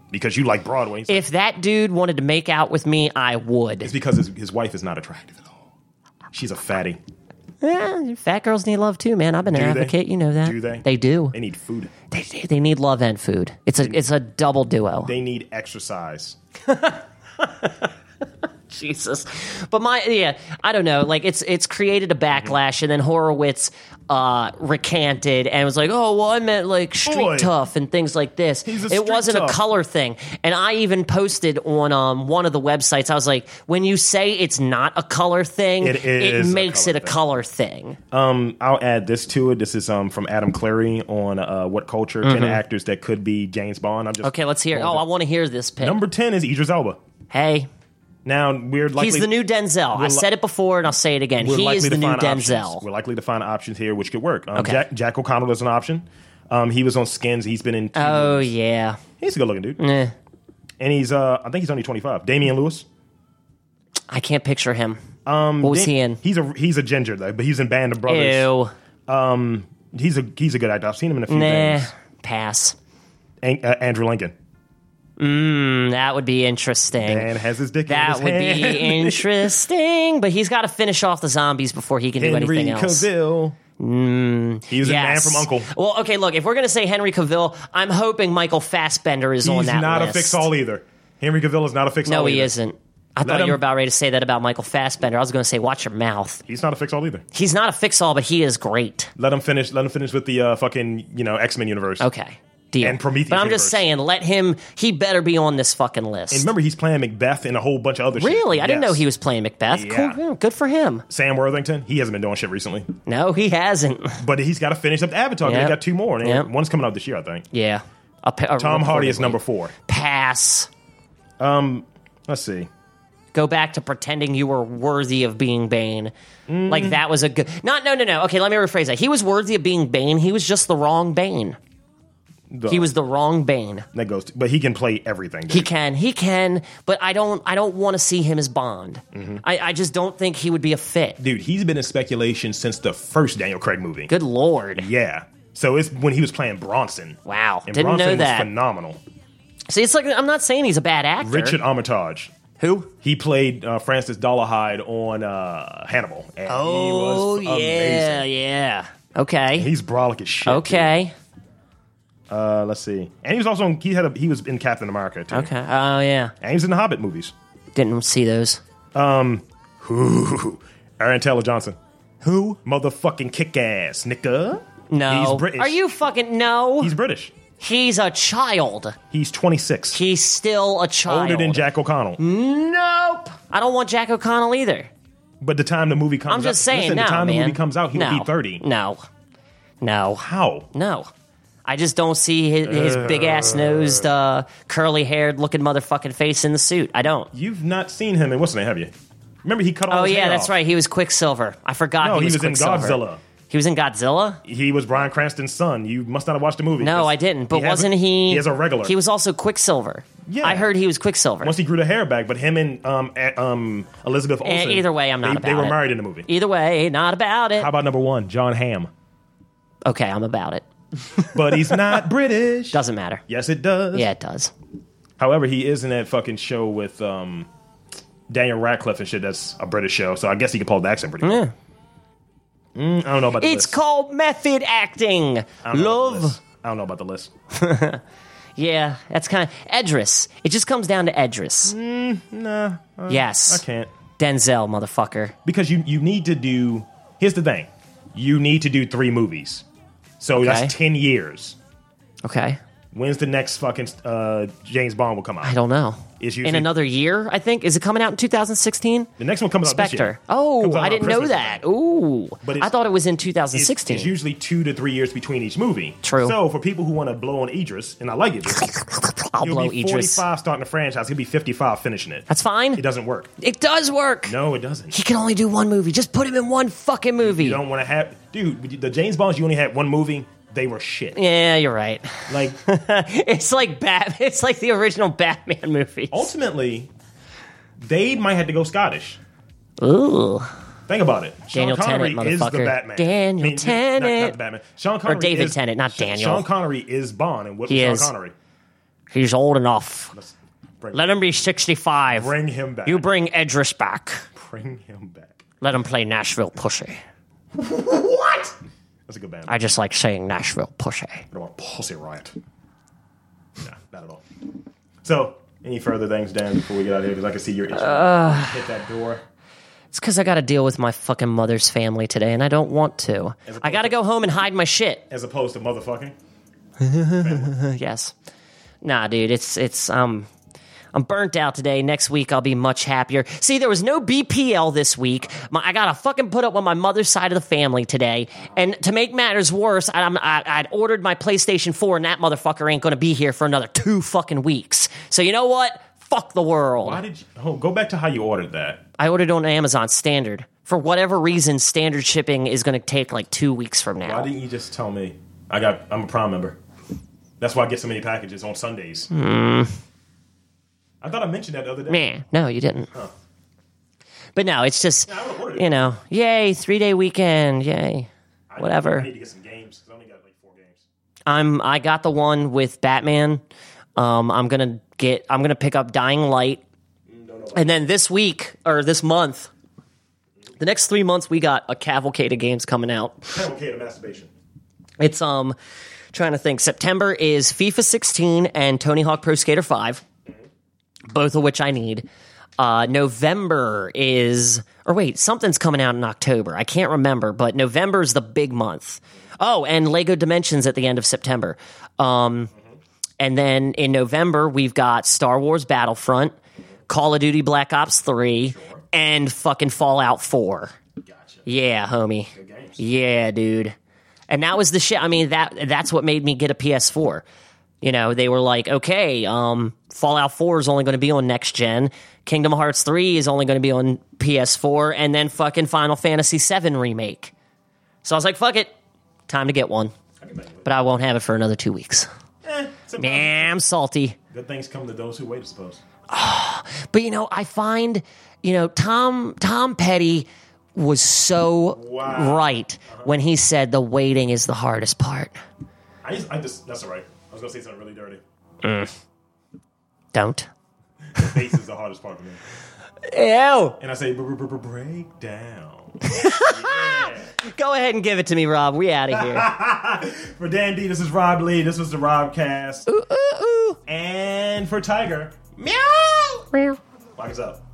S1: because you like Broadway." It's,
S2: If that dude wanted to make out with me, I would.
S1: it's because his, his wife is not attractive at all. She's a fatty.
S2: Eh, fat girls need love too, man. I've been an
S1: Do they?
S2: advocate. You know that.
S1: Do they?
S2: They do.
S1: They need food.
S2: They, they, they need love and food. It's a it's a double duo.
S1: They need exercise.
S2: Jesus. But my yeah, I don't know. Like it's it's created a
S1: Mm-hmm.
S2: backlash, and then Horowitz uh, recanted and was like, "Oh well, I meant like street
S1: Boy.
S2: tough and things like this.
S1: He's a
S2: it
S1: street
S2: wasn't
S1: tough."
S2: a color thing." And I even posted on um, one of the websites. I was like, "When you say it's not a color thing,
S1: It is a
S2: makes
S1: color
S2: it a
S1: thing.
S2: color thing."
S1: I'll add this to it. This is um, from Adam Clary on uh, what culture ten actors that could be James Bond. I'm just
S2: Mm-hmm. Okay, let's hear. Oh, I want to hear this pick.
S1: Number ten is Idris Elba.
S2: hey,
S1: Now we're likely
S2: he's the new Denzel. I
S1: li-
S2: said it before, and I'll say it again.
S1: we're
S2: He
S1: likely
S2: is
S1: to
S2: the new
S1: find
S2: Denzel.
S1: Options. We're likely to find options here which could work. Um,
S2: Okay.
S1: Jack, Jack O'Connell is an option. Um, he was on Skins. He's been in.
S2: Oh yeah,
S1: he's a good looking dude,
S2: Eh,
S1: and he's uh, I think he's only 25. Damian Lewis.
S2: I can't picture him. Um, what was
S1: Da-
S2: he in?
S1: He's a he's a ginger though, but he's in Band of Brothers.
S2: Ew.
S1: He's a he's a good actor. I've seen him in a few
S2: Nah.
S1: things.
S2: Pass.
S1: An- uh, Andrew Lincoln
S2: Mm, that would be interesting.
S1: and has his dick. in
S2: That
S1: his
S2: would
S1: hand.
S2: be interesting, but he's got to finish off the zombies before he can do
S1: Henry
S2: anything else. Mm,
S1: Cavill. he was a man
S2: Yes. Oh,
S1: from Uncle.
S2: Well, okay, look, if we're going to say Henry Cavill, I'm hoping Michael Fassbender is on
S1: He's
S2: that
S1: not
S2: list.
S1: a fix all either. Henry Cavill is not a fix all.
S2: No, he
S1: either.
S2: isn't. I thought
S1: him-
S2: you were about ready to say that about Michael Fassbender. I was going to say, watch your mouth.
S1: He's not a fix all either.
S2: He's not a fix-all, but he is great.
S1: Let him finish. Let him finish with the uh, fucking you know X Men universe.
S2: Okay, deal.
S1: And Prometheus
S2: But I'm just
S1: universe.
S2: saying, let him. He better be on this fucking list.
S1: And remember, he's playing Macbeth and a whole bunch of other shit.
S2: really, I didn't
S1: Yes.
S2: know he was playing Macbeth.
S1: Yeah.
S2: Cool, yeah, good for him.
S1: Sam Worthington. He hasn't been doing shit recently,
S2: No, he hasn't.
S1: but he's got to finish up Avatar. They
S2: Yep.
S1: got two more. And
S2: Yep.
S1: One's coming out this year, I think.
S2: Yeah. A pa- a
S1: Tom Hardy is
S2: reportedly.
S1: number four.
S2: Pass.
S1: Let's see.
S2: Go back to pretending you were worthy of being Bane. Like that was a good. Not no no no. Okay, let me rephrase that. He was worthy of being Bane. He was just the wrong Bane.
S1: The-
S2: He was the wrong Bane.
S1: that goes, to, but he can play everything. dude.
S2: He can, he can, but I don't. I don't want to see him as Bond. I, I just don't think he would be a fit.
S1: dude, he's been in speculation since the first Daniel Craig movie.
S2: Good lord!
S1: Yeah. So it's when he was playing Bronson.
S2: Wow,
S1: And
S2: didn't
S1: Bronson
S2: know
S1: was
S2: that.
S1: phenomenal.
S2: See, it's like I'm not saying he's a bad actor.
S1: Richard Armitage.
S2: who?
S1: He played uh, Francis Dollahide on uh, Hannibal. And
S2: Oh
S1: he was
S2: yeah,
S1: amazing.
S2: yeah. Okay,
S1: He's brolic as shit. dude.
S2: okay,
S1: Uh, let's see. And he was also in, he had a, he was in Captain America too.
S2: okay. Oh yeah,
S1: And he was in the Hobbit movies.
S2: didn't see those.
S1: Ooh, Aaron Taylor Johnson.
S3: Who?
S1: Motherfucking kick ass, nigga.
S2: No.
S1: He's British.
S2: Are you fucking no?
S1: He's
S2: He's,
S1: British.
S2: a child.
S1: He's 26.
S2: He's still a child.
S1: older than Jack O'Connell.
S2: Hmm? Nope. I don't want Jack O'Connell either.
S1: But the time the movie comes
S2: I'm just
S1: out,
S2: saying.
S1: listen,
S2: no,
S1: the time
S2: man.
S1: the movie comes out, he'll
S2: no.
S1: be 30.
S2: No. No.
S1: How?
S2: No. I just don't see his, his
S1: Uh.
S2: big ass nosed, uh, curly haired looking motherfucking face in the suit. I don't.
S1: You've not seen him in what's his name, have you? Remember he cut all
S2: Oh
S1: his
S2: yeah,
S1: hair
S2: that's
S1: off.
S2: right. He was Quicksilver. I forgot.
S1: No, he, was, in
S2: Quicksilver.
S1: Godzilla.
S2: He was in Godzilla.
S1: He was Brian Cranston's son. You must not have watched the movie.
S2: No,
S1: 'cause
S2: I didn't. But
S1: he has-
S2: wasn't he?
S1: He has a regular.
S2: He was also Quicksilver.
S1: Yeah.
S2: I heard he was Quicksilver.
S1: Once he grew the hair back, but him and um, a- um, Elizabeth Olsen.
S2: Eh, either way, I'm not
S1: They, they
S2: about
S1: were
S2: it. E-
S1: married in the movie.
S2: Either way, not about it.
S1: How about number one, John Hamm?
S2: Okay, I'm about it.
S1: But he's not British.
S2: Doesn't matter.
S1: Yes, it does.
S2: Yeah, it does.
S1: However, he is in that fucking show with um, Daniel Radcliffe and shit. That's a British show, so I guess he could pull the accent pretty good. Mm, I don't know about the
S2: It's
S1: list.
S2: called method acting.
S1: I don't know about the
S2: Love.
S1: list. I don't know about the list.
S2: Yeah, that's kind of Edris. It just comes down to Edris.
S1: Mm, Nah, uh, I
S2: yes.
S1: can't.
S2: Denzel, motherfucker.
S1: because you you need to do here's the thing you need to do three movies so
S2: Okay.
S1: that's 10 years
S2: Okay.
S1: When's the next fucking uh, James Bond will come out?
S2: I don't know.
S1: It's
S2: in
S1: usually-
S2: another year, I think. Is it coming out in 2016?
S1: The next one comes out Oh, this year.
S2: Spectre. Oh,
S1: Comes out
S2: I
S1: on
S2: didn't know
S1: Christmas
S2: that.
S1: Day.
S2: Ooh,
S1: But it's-
S2: I thought it was in
S1: It's,
S2: 2016.
S1: it's usually two to three years between each movie.
S2: True.
S1: So for people who want to blow on Idris, and I like Idris,
S2: I'll
S1: he'll
S2: blow
S1: be
S2: Idris.
S1: 45 starting the franchise. He'll be 55 finishing it.
S2: That's fine.
S1: It doesn't work.
S2: It does work.
S1: No, it doesn't.
S2: He can only do one movie. Just put him in one fucking movie.
S1: You don't want to have, dude. The James Bonds you only had one movie. They were shit.
S2: yeah, you're right.
S1: Like
S2: It's like Bat. It's like the original Batman movies.
S1: ultimately, they might have to go Scottish.
S2: Ooh,
S1: Think about it. Sean
S2: Daniel
S1: Connery
S2: Tennant,
S1: is the
S2: motherfucker.
S1: Batman.
S2: Daniel
S1: not- Not,
S2: Tennant.
S1: the Batman. Sean Connery
S2: David
S1: is,
S2: Tennant, not
S1: Sh-
S2: Daniel.
S1: Sean Connery is Bond, and what
S2: He
S1: was Sean
S2: is.
S1: Connery?
S2: he's old enough.
S1: Let's bring,
S2: Let him be 65.
S1: bring him back.
S2: you bring Edris back.
S1: bring him back.
S2: Let him play Nashville Pussy.
S1: what? That's a good band.
S2: I just like saying Nashville Pussy.
S1: I don't want Pussy Riot. Nah, not at all. So, any further things, Dan, before we get out of here? Because I can see you're itching.
S2: Uh.
S1: Hit that door.
S2: It's because I got to deal with my fucking mother's family today, and I don't want to.
S1: opposed
S2: I got to
S1: to-
S2: go home and hide my shit.
S1: As opposed to motherfucking.
S2: yes. Nah, dude, it's it's um I'm burnt out today. Next week I'll be much happier. See, there was no BPL this week. My, I gotta fucking put up with my mother's side of the family today. And to make matters worse, I, I'm, I, I'd ordered my PlayStation 4, and that motherfucker ain't gonna be here for another two fucking weeks. So you know what? Fuck the world.
S1: Why did you? Oh, go back to how you ordered that.
S2: I ordered on Amazon standard. For whatever reason, standard shipping is gonna take like two weeks from now.
S1: Why didn't you just tell me? I got. I'm a prime member. That's why I get so many packages on Sundays. I thought I mentioned that the other day.
S2: Meh. No, you didn't. But no, it's just,
S1: I would've ordered it.
S2: you know, yay, three day weekend, yay.
S1: I-
S2: Whatever.
S1: I need to get some games 'cause I only got like four games.
S2: I'm I got the one with Batman. Um, I'm gonna get I'm gonna pick up Dying Light, and then this week or this month, the next three months we got a cavalcade of games coming out.
S1: Cavalcade of masturbation.
S2: It's um trying to think. September is FIFA 16 and Tony Hawk Pro Skater 5, both of which I need. Uh, November is, or wait, something's coming out in October. I can't remember, but November is the big month. Oh, and Lego Dimensions at the end of September. Um, and then in November, we've got Star Wars Battlefront, Call of Duty Black Ops 3, and fucking Fallout 4.
S1: Gotcha.
S2: Yeah, homie.
S1: games.
S2: Yeah, dude. And that was the shit. I mean, that that's what made me get a PS4. You know, they were like, okay, um, Fallout 4 is only going to be on next gen. Kingdom Hearts 3 is only going to be on PS4, and then fucking Final Fantasy 7 remake. So I was like, fuck it, time to get one.
S1: I can make it.
S2: But I won't have it for another two weeks.
S1: Eh, sometimes
S2: Man, I'm salty.
S1: Good things come to those who wait, I suppose.
S2: But you know, I find you know Tom Tom Petty was so
S1: Wow.
S2: right when he said the waiting is the hardest part.
S1: I just, I just that's all right. I was gonna say something really dirty.
S2: Don't.
S1: The bass is the hardest part for me.
S2: Ew.
S1: And I say break down.
S2: Go ahead and give it to me, Rob. We out of here.
S1: For Dan D, this is Rob Lee. This was the Robcast.
S2: ooh, ooh,
S1: And for Tiger,
S2: ooh. Meow.
S1: lock us up.